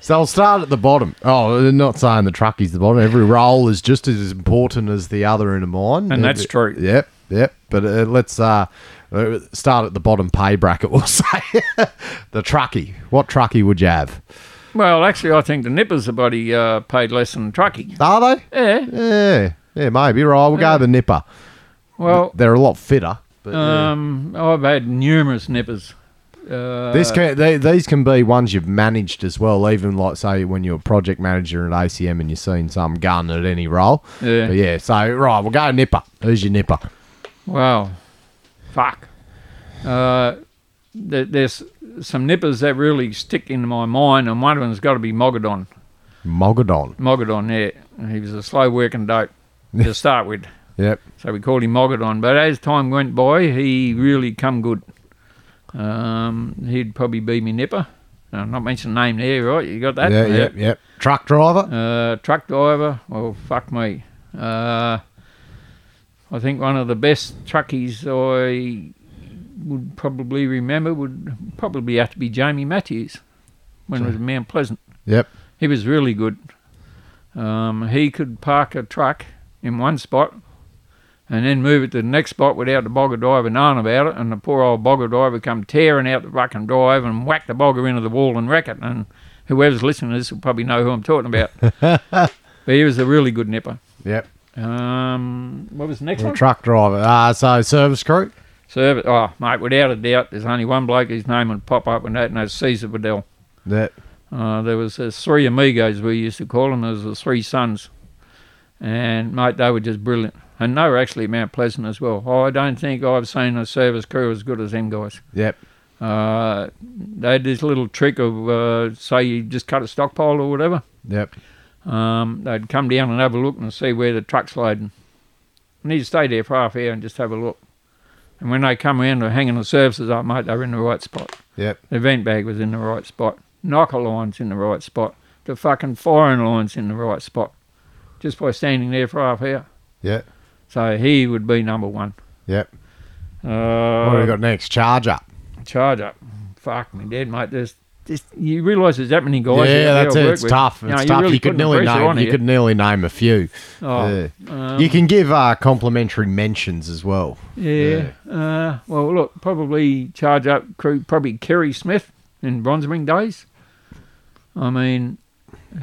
S1: So I'll start at the bottom. Oh, they're not saying the truckie's the bottom. Every role is just as important as the other in a mine.
S4: And that's
S1: Every-
S4: true.
S1: Yep. Yep. But uh, let's uh, uh, start at the bottom pay bracket. We'll say the truckie. What truckie would you have?
S4: Well, actually, I think the nippers are bloody uh, paid less than trucking.
S1: Are they?
S4: Yeah.
S1: Yeah. Yeah. Maybe. Right. We'll go the nipper.
S4: Well,
S1: They're a lot fitter. But, yeah.
S4: um, I've had numerous nippers. Uh,
S1: This can, they, these can be ones you've managed as well, even like say when you're a project manager at ACM and you've seen some gun at any role.
S4: Yeah.
S1: But yeah. So right, we'll go nipper. Who's your nipper?
S4: Wow. Fuck. Uh, th- there's some nippers that really stick in my mind, and one of them's got to be Mogadon.
S1: Mogadon.
S4: Mogadon, yeah. He was a slow working dope to start with.
S1: Yep.
S4: So we called him Mogadon. But as time went by, he really come good. Um, he'd probably be me nipper. I'm not mentioning name there, right? You got that?
S1: yeah. Yep. Yep. Truck driver.
S4: Uh, truck driver. Well, fuck me. Uh, I think one of the best truckies I would probably remember would probably have to be Jamie Matthews when it was Mount Pleasant.
S1: Yep.
S4: He was really good. Um, he could park a truck in one spot and then move it to the next spot without the bogger driver knowing about it. And the poor old bogger driver come tearing out the fucking drive and whack the bogger into the wall and wreck it. And whoever's listening to this will probably know who I'm talking about. but he was a really good nipper.
S1: Yep.
S4: Um, what was the next
S1: Well,
S4: one?
S1: truck driver. Uh, so service crew.
S4: Service. Oh, mate, without a doubt, there's only one bloke whose name would pop up, and that, and that's Caesar Bedell.
S1: Yep.
S4: Uh, there was uh, three amigos we used to call them. There was the three sons, and mate, they were just brilliant. And they were actually at Mount Pleasant as well. I don't think I've seen a service crew as good as them guys.
S1: Yep.
S4: Uh, they had this little trick of uh, say you just cut a stockpile or whatever.
S1: Yep.
S4: Um, they'd come down and have a look and see where the truck's loading. And you'd stay there for half hour and just have a look. And when they come around to hanging the services up, mate, they're in the right spot.
S1: Yep.
S4: The vent bag was in the right spot. Knocker line's in the right spot. The fucking firing line's in the right spot. Just by standing there for half hour.
S1: Yep.
S4: So he would be number one.
S1: Yep. what have we
S4: Uh,
S1: got next? Charger.
S4: charge up. Fuck me dead, mate. There's, there's, you realise there's that many guys. out there
S1: Yeah, that's
S4: I
S1: it.
S4: work
S1: It's
S4: with.
S1: tough.
S4: You
S1: It's
S4: know,
S1: tough.
S4: really
S1: you could
S4: putting the
S1: nearly
S4: pressure
S1: name.
S4: on
S1: You
S4: here.
S1: could nearly name a few.
S4: Oh,
S1: Yeah. you can give uh, complimentary mentions as well.
S4: Yeah. Uh, well, look, probably charge up crew, probably Kerry Smith in Bronzewing days. I mean,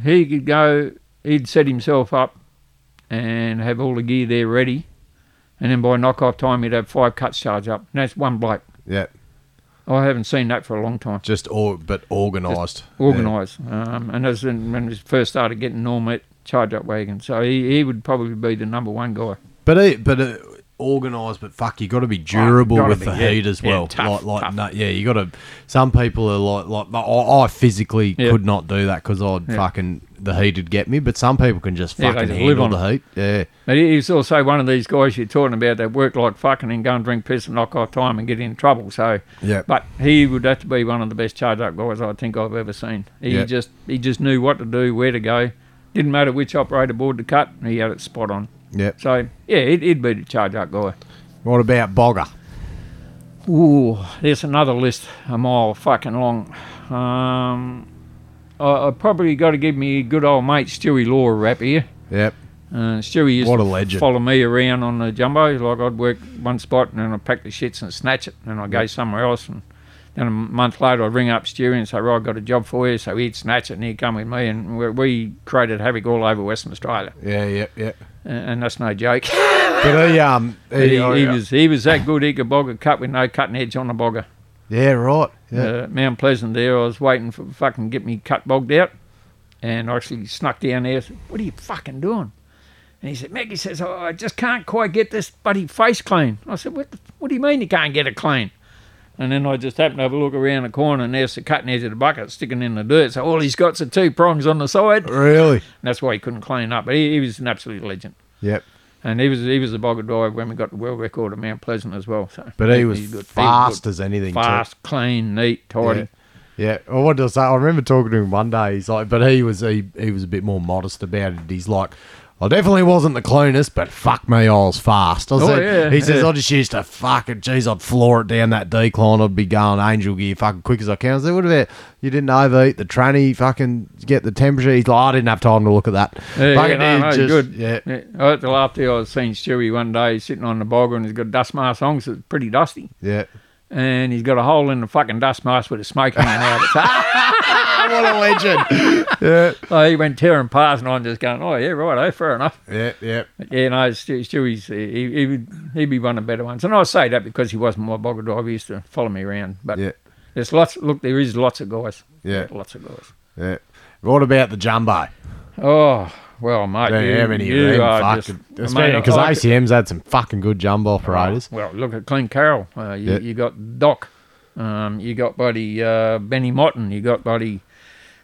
S4: he could go, he'd set himself up and have all the gear there ready. And then by knock off time, he'd have five cuts charge up. And that's one bloke.
S1: Yep.
S4: I haven't seen that for a long time.
S1: Just or but organised.
S4: organised. Um, and as in, when we first started getting Norm at charge up wagon, so he, he would probably be the number one guy.
S1: But it, but uh, organised, but fuck, you got to be durable
S4: gotta
S1: with
S4: be,
S1: the
S4: yeah.
S1: heat as
S4: Yeah,
S1: well.
S4: tough,
S1: like, like,
S4: tough.
S1: No, yeah, you got to. Some people are like, like I, I physically
S4: Yeah.
S1: could not do that because I'd
S4: Yeah.
S1: fucking the heat would get me. But some people can just
S4: Yeah, they
S1: fucking
S4: just live
S1: handle
S4: on
S1: the heat. Yeah,
S4: But he was also one of these guys you're talking about that work like fucking and go and drink piss and knock off time and get in trouble. So,
S1: Yeah.
S4: But he would have to be one of the best charge up guys I think I've ever seen. He
S1: Yeah.
S4: just he just knew what to do, where to go. Didn't matter which operator board to cut, he had it spot on.
S1: yeah.
S4: So yeah, he'd, he'd be the charge up guy.
S1: What about Bogger?
S4: Ooh, there's another list a mile fucking long. Um, I, I probably got to give me good old mate Stewie Law a rap here.
S1: Yep.
S4: Uh, Stewie used
S1: What a
S4: to
S1: legend.
S4: follow me around on the jumbo. Like I'd work one spot and then I'd pack the shits and snatch it and I'd go somewhere else. And then a month later I'd ring up Stewie and say, right, I've got a job for you. So he'd snatch it and he'd come with me. And we, we created havoc all over Western Australia.
S1: Yeah, yeah, yeah.
S4: And, and that's no joke.
S1: But he, um, he,
S4: he, oh, he
S1: I-
S4: was, he was that good. He could bog a cut with no cutting edge on the bogger.
S1: yeah, right. Yeah.
S4: Uh, Mount Pleasant there. I was waiting for fucking get me cut bogged out, and I actually snuck down there. Said, what are you fucking doing? And he said, Maggie says, oh, I just can't quite get this bloody face clean. I said, what, the, what do you mean you can't get it clean? And then I just happened to have a look around the corner, and there's the cutting edge of the bucket sticking in the dirt. So all he's got's the two prongs on the side. And
S1: Really.
S4: that's why he couldn't clean up. But he, he was an absolute legend.
S1: Yep.
S4: And he was he was a bogger dive when we got the world record at Mount Pleasant as well. So
S1: But he was
S4: he's good. He was
S1: fast
S4: good.
S1: as anything. too.
S4: fast, clean, neat, tidy.
S1: Yeah. Yeah, well, what did I say? I remember talking to him one day. He's like, but he was he, he was a bit more modest about it. He's like, I definitely wasn't the cleanest, but fuck me, I was fast. I
S4: Oh,
S1: said-
S4: yeah,
S1: he says
S4: yeah.
S1: I just used to fucking jeez, I'd floor it down that decline. I'd be going angel gear, fucking quick as I can. I said, what about you? Didn't overeat the tranny, fucking get the temperature. He's like, I didn't have time to look at that.
S4: Yeah, yeah,
S1: Fucking
S4: no,
S1: he
S4: no,
S1: just-
S4: good.
S1: Yeah,
S4: Yeah. I had to laugh there. I was seeing Stewie one day sitting on the bog and he's got a dust mask on, so it's pretty dusty.
S1: yeah.
S4: And he's got a hole in the fucking dust mask with a smoke hanging out. It's-
S1: Ah, what a legend.
S4: so he went tearing past, and I'm just going, "Oh yeah, right, oh, fair enough."
S1: yeah, yeah,
S4: But yeah, no, Stew- Stewie's he, he would he'd be one of the better ones, and I say that because he wasn't my bogger dog. He used to follow me around. But
S1: Yeah.
S4: there's lots. Look, there is lots of guys.
S1: Yeah.
S4: lots of guys.
S1: yeah. What about the jumbo?
S4: Oh well, mate,
S1: Yeah,
S4: you,
S1: how many
S4: you
S1: of them
S4: are
S1: fucking?
S4: just
S1: Because
S4: mate, I- I could-
S1: ACM's had some fucking good jumbo operators.
S4: Well, look at Clint Carroll. Uh, you,
S1: Yeah.
S4: you got Doc. Um, you got buddy uh, Benny Motton. You got buddy.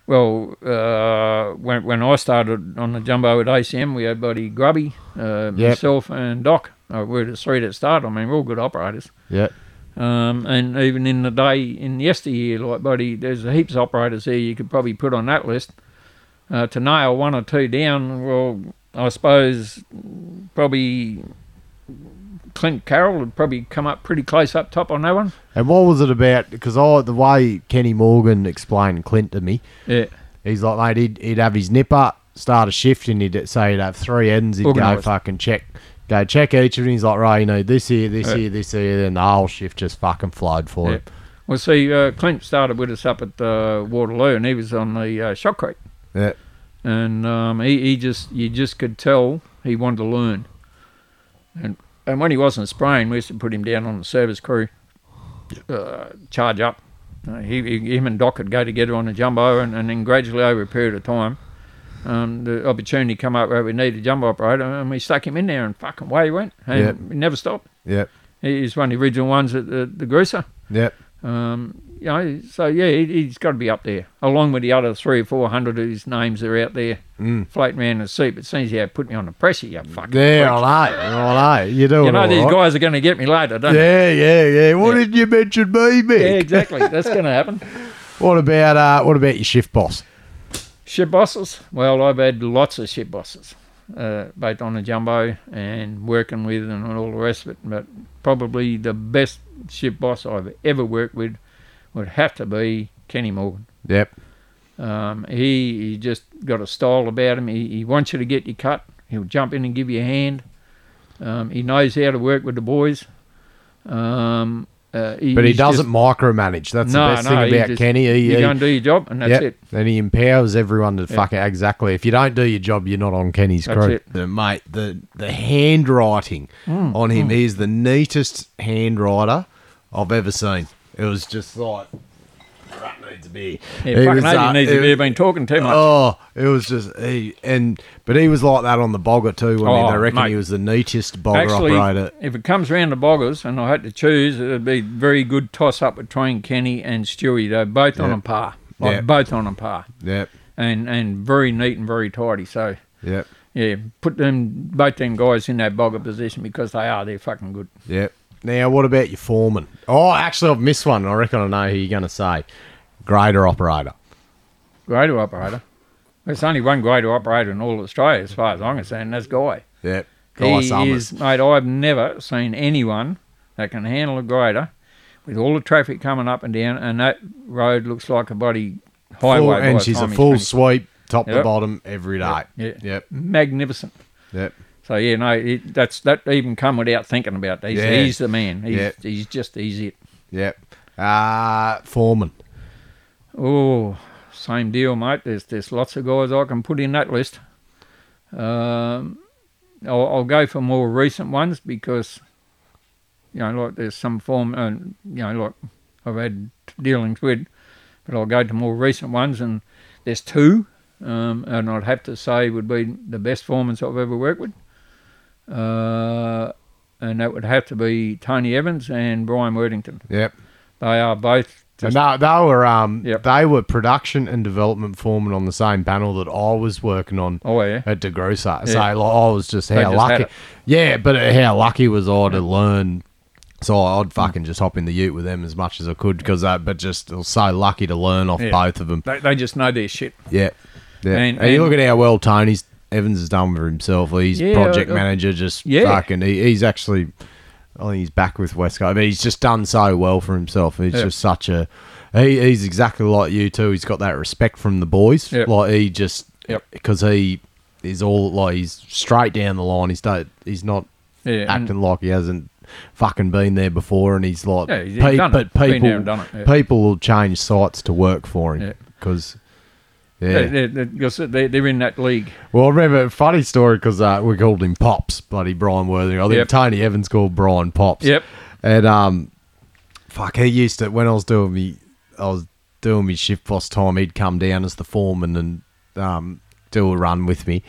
S4: Well, uh, when when I started on the jumbo at ACM, we had buddy Grubby, uh, myself, and Doc. Uh, we were the three that started. I mean, we're all good operators.
S1: Yeah,
S4: Um, and even in the day, in yesteryear, like buddy, there's heaps of operators here you could probably put on that list. Uh, to nail one or two down, well, I suppose probably Clint Carroll would probably come up pretty close up top on that one.
S1: and what was it about? Because I the way Kenny Morgan explained Clint to me,
S4: Yeah,
S1: he's like, mate, he'd, he'd have his nipper start a shift, and he'd say he'd have three ends. He'd go
S4: Organised.
S1: fucking check, go check each of them. He's like, right, you need this here, this
S4: Yeah.
S1: here, this here, and the whole shift just fucking flowed for
S4: yeah.
S1: him.
S4: Well, see, uh, Clint started with us up at uh, Waterloo, and he was on the uh, shot crate.
S1: Yeah,
S4: and um, he, he just you just could tell he wanted to learn. And and when he wasn't spraying, we used to put him down on the service crew, uh, charge up. Uh, he, he- him and Doc would go together on a jumbo, and, and then gradually over a period of time, um, the opportunity come up where we need a jumbo operator, and we stuck him in there, and fucking away he went, and
S1: Yep.
S4: he never stopped.
S1: yeah,
S4: He- He's one of the original ones at the, the Gruser.
S1: yeah.
S4: Um, you know, so yeah, he, he's got to be up there, along with the other three or four hundred whose names are out there
S1: Hmm.
S4: floating around the sea. But seems you have put me on the pressure, you fucking.
S1: Yeah,
S4: prick.
S1: I know, I know. You're doing
S4: you know
S1: all
S4: these
S1: right.
S4: guys are going to get me later, don't they?
S1: Yeah, yeah, yeah. What
S4: Yeah.
S1: did you mention me, Mick?
S4: Yeah, exactly. That's going to happen.
S1: What about uh, what about your shift boss?
S4: Ship bosses. Well, I've had lots of ship bosses, uh, both on the jumbo and working with and all the rest of it. But probably the best ship boss I've ever worked with would have to be Kenny Morgan.
S1: Yep.
S4: Um, he, he just got a style about him. He, he wants you to get your cut. He'll jump in and give you a hand. Um, he knows how to work with the boys. Um, uh,
S1: But he
S4: he's just-
S1: doesn't micromanage. That's
S4: No,
S1: the best
S4: no,
S1: thing
S4: he
S1: about
S4: just-
S1: Kenny. He,
S4: you
S1: he-
S4: go and do your job, and that's
S1: yep.
S4: it.
S1: And he empowers everyone to fuck it. Exactly. If you don't do your job, you're not on Kenny's
S4: That's
S1: crew.
S4: it. Mm.
S1: The, mate, the, the handwriting on him, he is the neatest handwriter I've ever seen. It was just like, rat needs a beer.
S4: Yeah,
S1: He
S4: fucking
S1: was, uh,
S4: Adrian needs
S1: it-
S4: to be been talking too much.
S1: Oh, it was just he and but he was like that on the bogger too. When
S4: Oh,
S1: they reckon
S4: mate.
S1: he was the neatest bogger
S4: Actually,
S1: operator.
S4: if it comes round to boggers and I had to choose, it'd be very good toss up between Kenny and Stewie. They're both on
S1: Yeah.
S4: a par. Like
S1: Yeah.
S4: both on a par.
S1: Yep,
S4: And and very neat and very tidy. So
S1: yep,
S4: yeah, put them both them guys in that bogger position because they are, they're fucking good.
S1: yep. Now, what about your foreman? Oh, actually, I've missed one. I reckon I know who you're going to say. Grader operator.
S4: Grader operator. There's only one grader operator in all of Australia as far as I'm concerned, and that's Guy.
S1: Yep. Guy
S4: He
S1: Summers.
S4: is, mate, I've never seen anyone that can handle a grader with all the traffic coming up and down, and that road looks like a bloody highway.
S1: Full-
S4: by
S1: and
S4: the
S1: she's a
S4: time he's
S1: full
S4: finished.
S1: sweep, top to
S4: Yep.
S1: bottom, every day.
S4: Yeah.
S1: Yep,
S4: Magnificent.
S1: yep.
S4: So yeah, no, it, that's that even come without thinking about. He's,
S1: Yeah.
S4: he's the man. He's,
S1: Yeah.
S4: he's just he's it.
S1: Yep. Uh, Foreman.
S4: Oh, same deal, mate. There's there's lots of guys I can put in that list. Um, I'll, I'll go for more recent ones because, you know, like there's some form, uh, you know, like I've had dealings with, but I'll go to more recent ones, and there's two, um, and I'd have to say would be the best foremen I've ever worked with. Uh, and that would have to be Tony Evans and Brian Worthington.
S1: Yep.
S4: They are both just
S1: no, they were um,
S4: Yep.
S1: they were production and development foreman on the same panel that I was working on
S4: Oh, yeah.
S1: at DeGrusa. So
S4: Yeah.
S1: like, I was just how
S4: They just had
S1: lucky.
S4: it.
S1: Yeah, but uh, how lucky was I to learn? So
S4: Mm.
S1: I'd fucking just hop in the Ute with them as much as I could because I, but just I was so lucky to learn off
S4: Yeah.
S1: both of them.
S4: They, they just know their shit.
S1: Yeah, yeah. And,
S4: And-
S1: you
S4: and-
S1: look at how well Tony's Evans has done for himself. He's
S4: Yeah,
S1: project
S4: uh,
S1: manager, just
S4: yeah.
S1: fucking. He, he's actually, I think he's back with West Coast. But he's just done so well for himself. He's
S4: Yeah.
S1: just such a. He, he's exactly like you too. He's got that respect from the boys.
S4: Yep.
S1: Like he just
S4: Yep.
S1: because he is all like he's straight down the line. He's don't, he's not
S4: Yeah, and-
S1: acting like he hasn't fucking been there before, and he's like,
S4: Yeah, he's- he's done it.
S1: but
S4: Been there
S1: people,
S4: and done it, yeah.
S1: people will change sites to work for
S4: Yeah.
S1: him because.
S4: They- they- they- because They're, they're in that league.
S1: Well, I remember a funny story because uh, we called him Pops, bloody Brian Worthing. I think
S4: Yep.
S1: Tony Evans called Brian Pops.
S4: Yep.
S1: And um, fuck, he used to when I was doing me, I was doing me shift boss time. He'd come down as the foreman and um, do a run with me.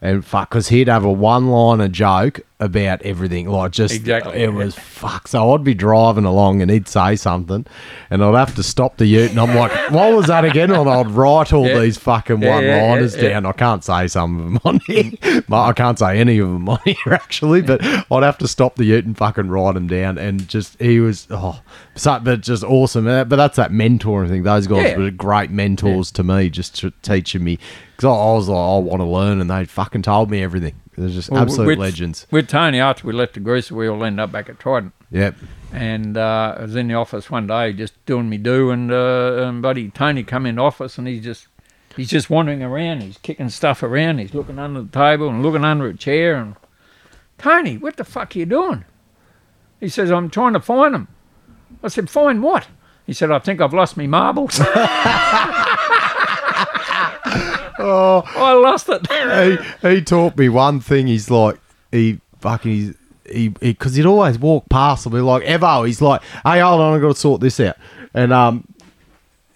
S1: And fuck, because he'd have a one liner joke about everything. Like, just
S4: Exactly,
S1: It
S4: yeah.
S1: was fuck. So I'd be driving along and he'd say something, and I'd have to stop the ute. And I'm like, what was that again? And I'd write all
S4: Yeah.
S1: these fucking
S4: Yeah,
S1: one
S4: yeah, yeah,
S1: liners
S4: yeah.
S1: down. I can't say some of them on here. Well, I can't say any of them on here actually, but I'd have to stop the ute and fucking write them down. And just he was oh, so, but just awesome. Uh, But that's that mentoring thing. Those guys
S4: Yeah.
S1: were great mentors to me, just to teaching me because I, I was like, I want to learn, and they fucking told me everything. They're just
S4: Well,
S1: absolute
S4: with-
S1: legends.
S4: With Tony, after we left the grease, we all ended up back at Trident.
S1: Yep.
S4: And uh, I was in the office one day just doing me do, and, uh, and buddy Tony come in the office and he's just he's just wandering around. He's kicking stuff around. He's looking under the table and looking under a chair. And Tony, what the fuck are you doing? He says, I'm trying to find them. I said, find what? He said, I think I've lost me marbles. oh,
S1: Oh.
S4: I lost it.
S1: he, he taught me one thing. He's like, he fucking, he's, he, because he, would always walk past and be like, Evo, he's like, hey, hold on, i got to sort this out. And, um,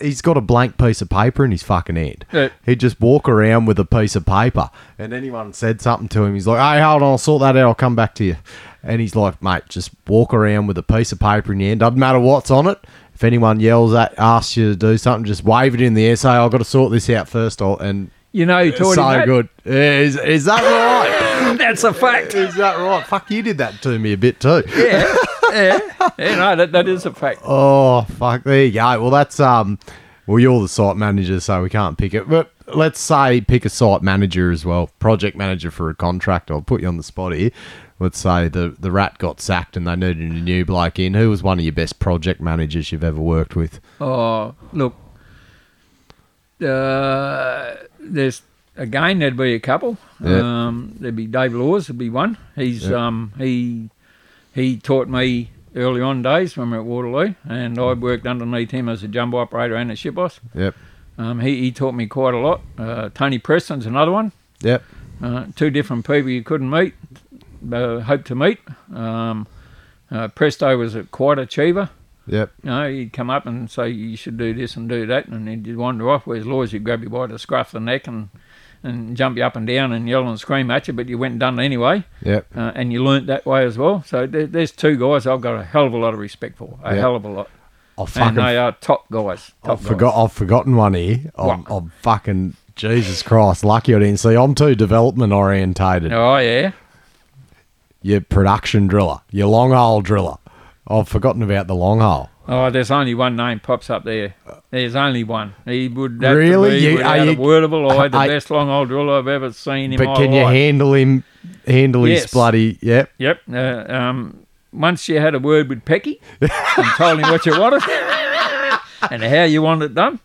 S1: He's got a blank piece of paper in his fucking hand.
S4: Yeah.
S1: He'd just walk around with a piece of paper, and anyone said something to him, he's like, "Hey, hold on, I'll sort that out. I'll come back to you." And he's like, "Mate, just walk around with a piece of paper in your hand. Doesn't matter what's on it. If anyone yells at, asks you to do something, just wave it in the air. Say, "I've got to sort this out first. I'll, and
S4: You know, you
S1: it's
S4: taught
S1: so
S4: him that.
S1: good. Is, is that right?
S4: That's a fact.
S1: is that right? Fuck, you did that to me a bit too.
S4: yeah, yeah, yeah. No, that, that is a fact.
S1: Oh, fuck. There you go. Well, that's um. Well, you're the site manager, so we can't pick it. But let's say pick a site manager as well, project manager for a contract. I'll put you on the spot here. Let's say the the rat got sacked and they needed a new bloke in. Who was one of your best project managers you've ever worked with?
S4: Oh, look. Uh, there's again. There'd be a couple.
S1: Yeah.
S4: Um, there'd be Dave Laws. Would be one. He's um he he taught me early on days when we were at Waterloo, and I worked underneath him as a jumbo operator and a ship boss.
S1: Yep.
S4: Um, he he taught me quite a lot. Uh, Tony Preston's another one.
S1: Yep.
S4: uh, two different people you couldn't meet, uh, hope to meet. Um, uh, Presto was a quite achiever.
S1: Yep.
S4: You know, he'd come up and say, you should do this and do that, and he'd wander off, whereas Laws, he'd grab you by the scruff of the neck and, and jump you up and down and yell and scream at you, but you went and done it anyway,
S1: Yep.
S4: uh, and you learnt that way as well. So there, there's two guys I've got a hell of a lot of respect for, a
S1: Yeah.
S4: hell of a lot.
S1: I
S4: And
S1: fucking
S4: they are top guys. Top
S1: I've
S4: guys.
S1: forgot. I've forgotten one here. I'm,
S4: What?
S1: I'm fucking Jesus Christ. Lucky I didn't see. I'm too development orientated.
S4: Oh, yeah.
S1: Your production driller. Your long hole driller. I've forgotten about the long hole.
S4: Oh, there's only one name pops up there. There's only one. He would have
S1: Really?
S4: to be
S1: You-
S4: without
S1: are
S4: a
S1: you-
S4: word of a lie, the
S1: I-
S4: best long old driller I've ever seen in my
S1: But can you
S4: life.
S1: handle him? Handle his
S4: Yes.
S1: bloody. Yep.
S4: Yep. Uh, um, once you had a word with Pecky and told him what you wanted and how you wanted it done,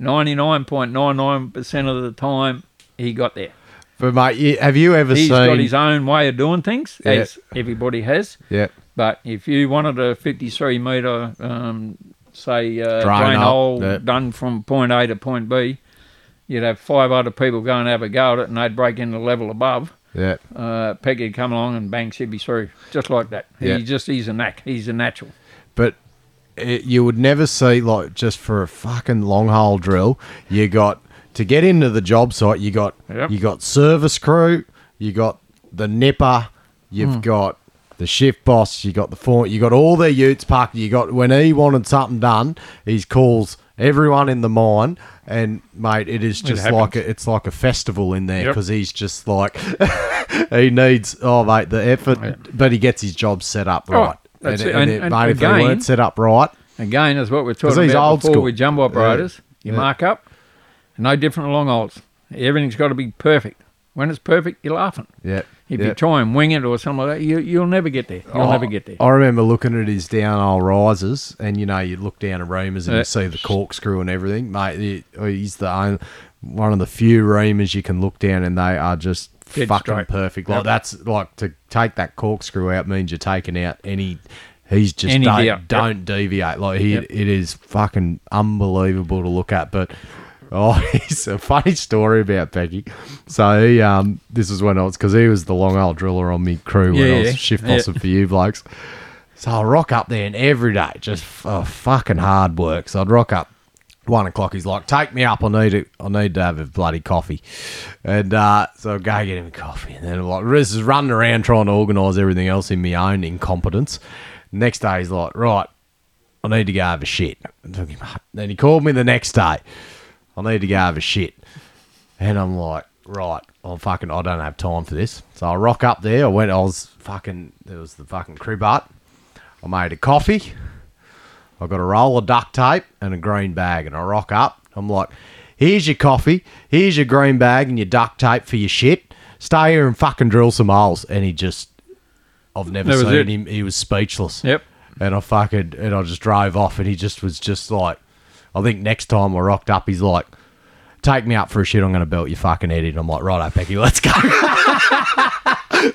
S4: 99.99% of the time he got there.
S1: But mate, you, have you ever
S4: He's
S1: seen?
S4: got his own way of doing things, as everybody has.
S1: yep.
S4: But if you wanted a 53 metre, um, say, uh,
S1: Drain
S4: drain
S1: up,
S4: hole
S1: yeah.
S4: done from point A to point B, you'd have five other people go and have a go at it and they'd break into the level above.
S1: Yep.
S4: Uh, Peggy would come along and bang, she'd be through. Just like that.
S1: Yeah.
S4: He just, he's a knack. He's a natural.
S1: but it, you would never see like just for a fucking long hole drill. You got to get into the job site. You got
S4: Yep.
S1: you got service crew. You got the nipper.
S4: Hmm.
S1: You've got the shift boss. You got the four. You got all their utes parked. You got when he wanted something done, he calls everyone in the mine. And mate, it is just like a, it's like a festival in there
S4: Yep.
S1: because he's just like he needs oh mate the effort, but he gets his job set up
S4: Oh,
S1: right.
S4: that's
S1: and,
S4: it.
S1: and,
S4: And-
S1: it-
S4: and
S1: mate, if they
S4: again-
S1: weren't set up right,
S4: Again, that's what we're
S1: 'Cause
S4: talking
S1: he's
S4: about
S1: old
S4: before
S1: school.
S4: with jumbo
S1: Yeah.
S4: operators. You
S1: Yeah.
S4: mark up, no different along olds. Everything's got to be perfect. When it's perfect, you're laughing.
S1: yeah. yeah.
S4: If
S1: Oh,
S4: you try and wing it or something like that, you, you'll never get there. You'll
S1: I-
S4: never get there.
S1: I remember looking at his down aisle rises, and you know, you look down at reamers and
S4: Yeah.
S1: you see the corkscrew and everything, mate. he- oh, He's the only, one of the few reamers you can look down, and they are just
S4: Dead
S1: fucking
S4: straight.
S1: perfect. Like
S4: Yep.
S1: that's like to take that corkscrew out means you're taking out any. He's just
S4: Any
S1: don't,
S4: doubt. Yep.
S1: don't deviate. Like he,
S4: Yep.
S1: it is fucking unbelievable to look at, but. Oh, it's a funny story about Becky. So he, um, this is when I was because he was the long old driller on me crew when I
S4: Yeah,
S1: was shift
S4: yeah.
S1: boss for you blokes. So I rock up there and every day, just f- oh, fucking hard work. So I'd rock up one o'clock. He's like, "Take me up. I need it. I need to have a bloody coffee." And uh, so I go get him a coffee, and then I'm like, this is running around trying to organise everything else in my own incompetence. Next day, he's like, "Right, I need to go have a shit." I'm thinking, "Mate." Then he called me the next day. I need to go have a shit. And I'm like, right, I'm fucking, I don't have time for this. So I rock up there. I went, I was fucking, there was the fucking crib hut. I made a coffee. I got a roll of duct tape and a green bag. And I rock up. I'm like, here's your coffee. Here's your green bag and your duct tape for your shit. Stay here and fucking drill some holes. And he just, I've never
S4: That was
S1: seen
S4: it.
S1: him. He was speechless.
S4: Yep.
S1: And I fucking, and I just drove off. And he just was just like, I think next time I rocked up, he's like, take me up for a shit. I'm going to belt your fucking head in. I'm like, righto, Becky, let's go.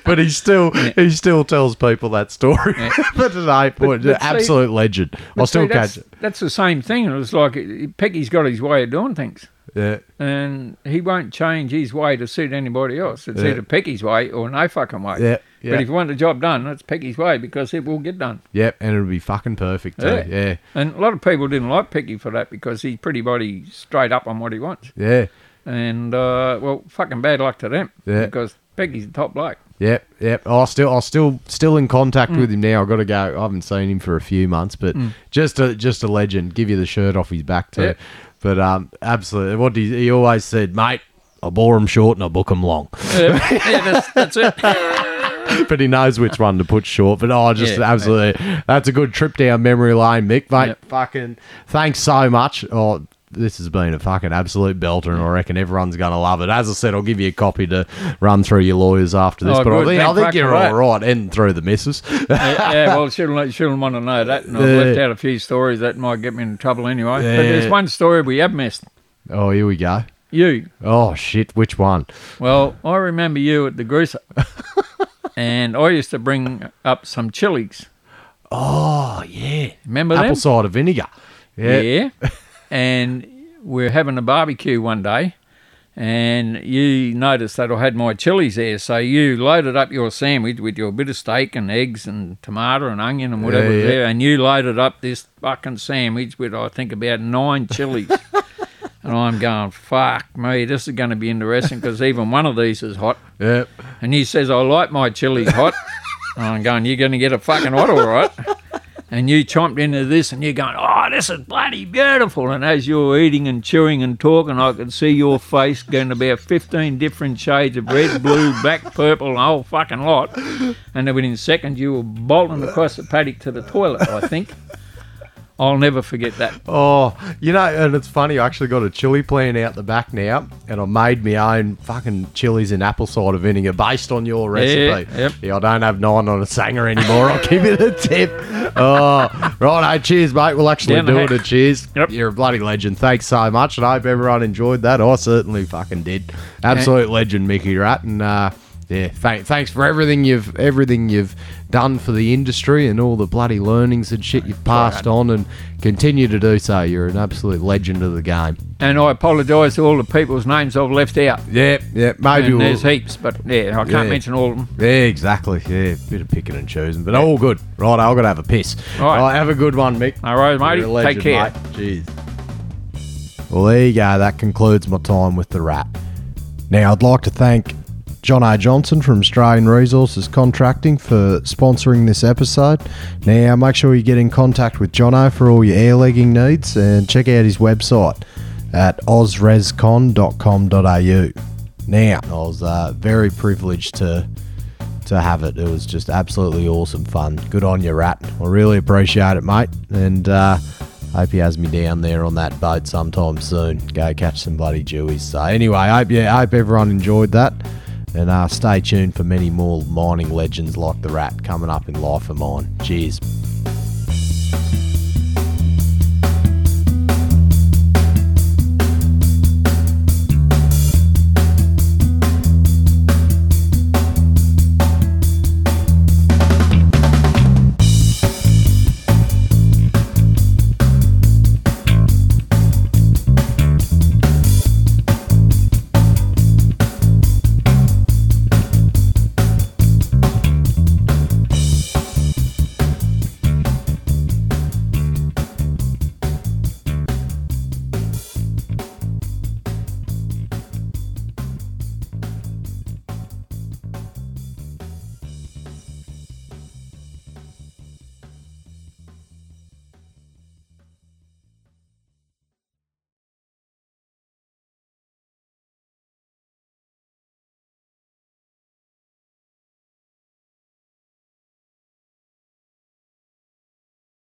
S1: but he still he still tells people that story. but today, point,
S4: but see-
S1: absolute legend. I
S4: But
S1: still
S4: see, that's,
S1: catch it.
S4: That's the same thing. It was like uh, Peggy's got his way of doing things,
S1: Yeah,
S4: and he won't change his way to suit anybody else. It's
S1: Yeah.
S4: either Peggy's way or no fucking way.
S1: Yeah, yeah.
S4: But if you want the job done, that's Peggy's way because it will get done.
S1: yep, and it'll be fucking perfect too. Yeah,
S4: Yeah.
S1: yeah,
S4: And a lot of people didn't like Peggy for that because he's pretty bloody straight up on what he wants.
S1: yeah,
S4: And uh, well, fucking bad luck to them
S1: Yeah.
S4: because Peggy's the top bloke.
S1: yep, yep. I still I still still in
S4: Mm.
S1: contact with him now. I got to go. I haven't seen him for a few months, but just a just a legend. Give you the shirt off his back too.
S4: Yeah.
S1: But um, absolutely. What he, he always said, mate. I bore him short and I book him long.
S4: yeah, that's, that's it.
S1: but he knows which one to put short. But oh, just
S4: Yeah.
S1: absolutely, that's a good trip down memory lane, Mick, mate.
S4: Yep.
S1: Fucking thanks so much. Oh, this has been a fucking absolute belter, and I reckon everyone's gonna love it. As I said, I'll give you a copy to run through your lawyers after this.
S4: Oh,
S1: but I
S4: good.
S1: think, I
S4: Thank
S1: think
S4: fuck
S1: you're
S4: for
S1: all
S4: that.
S1: right, and through the missus.
S4: yeah, yeah, well, she'll, she'll want to know that. And I've
S1: Yeah.
S4: left out a few stories that might get me into trouble anyway. But
S1: Yeah.
S4: there's one story we have missed.
S1: oh, here we go.
S4: You.
S1: Oh shit, which one?
S4: Well, I remember you at the Grusa. and I used to bring up some chilies.
S1: Oh yeah,
S4: Remember
S1: apple
S4: them?
S1: cider vinegar. Yeah,
S4: Yeah. and we're having a barbecue one day, and you noticed that I had my chilies there, so you loaded up your sandwich with your bit of steak and eggs and tomato and onion and whatever
S1: Yeah,
S4: was
S1: yeah.
S4: there, and you loaded up this fucking sandwich with I think about nine chilies. And I'm going, fuck me, this is going to be interesting because even one of these is hot.
S1: Yep.
S4: And he says, I like my chilies hot. and I'm going, You're going to get a fucking hot, all right. And you chomped into this and you're going, Oh, this is bloody beautiful. And as you're eating and chewing and talking, I could see your face going to about 15 different shades of red, blue, black, purple, and a whole fucking lot. And then within seconds, you were bolting across the paddock to the toilet, I think. I'll never forget that.
S1: Oh, you know, and it's funny. I actually got a chili plan out the back now, and I made my own fucking chilies and apple cider vinegar based on your recipe.
S4: Yeah, yep.
S1: Yeah, I don't have nine on a sanger anymore. I'll give it a tip. Oh, right. Hey, cheers, mate. We'll actually
S4: Down the
S1: do
S4: hatch.
S1: it. A cheers.
S4: Yep.
S1: You're a bloody legend. Thanks so much, and I hope everyone enjoyed that. I certainly fucking did. Absolute legend, Mickey Rat, and. uh yeah, th- thanks for everything you've everything you've done for the industry and all the bloody learnings and shit you've passed on and continue to do so. You're an absolute legend of the game.
S4: And I apologise to all the people's names I've left out.
S1: Yep, yep. Maybe
S4: And
S1: we'll-
S4: there's heaps, but yeah, I can't
S1: Yeah.
S4: mention all of them.
S1: Yeah, exactly. Yeah, bit of picking and choosing, but all good. Right, I've got to have a piss.
S4: All right.
S1: have a good one, Mick.
S4: All right, matey.
S1: You're a legend,
S4: Take care.
S1: Mate. Jeez. Well, there you go. That concludes my time with the rat. Now, I'd like to thank John A. Johnson from Australian Resources Contracting for sponsoring this episode. Now, make sure you get in contact with John O for all your air legging needs and check out his website at osrescon.com.au. Now, I was uh, very privileged to to have it. It was just absolutely awesome fun. Good on you, Rat. I really appreciate it, mate. And uh, hope he has me down there on that boat sometime soon. Go catch some bloody jewies. So anyway, I hope yeah, I hope everyone enjoyed that. And uh, stay tuned for many more mining legends like the Rat coming up in Life of Mine. Cheers.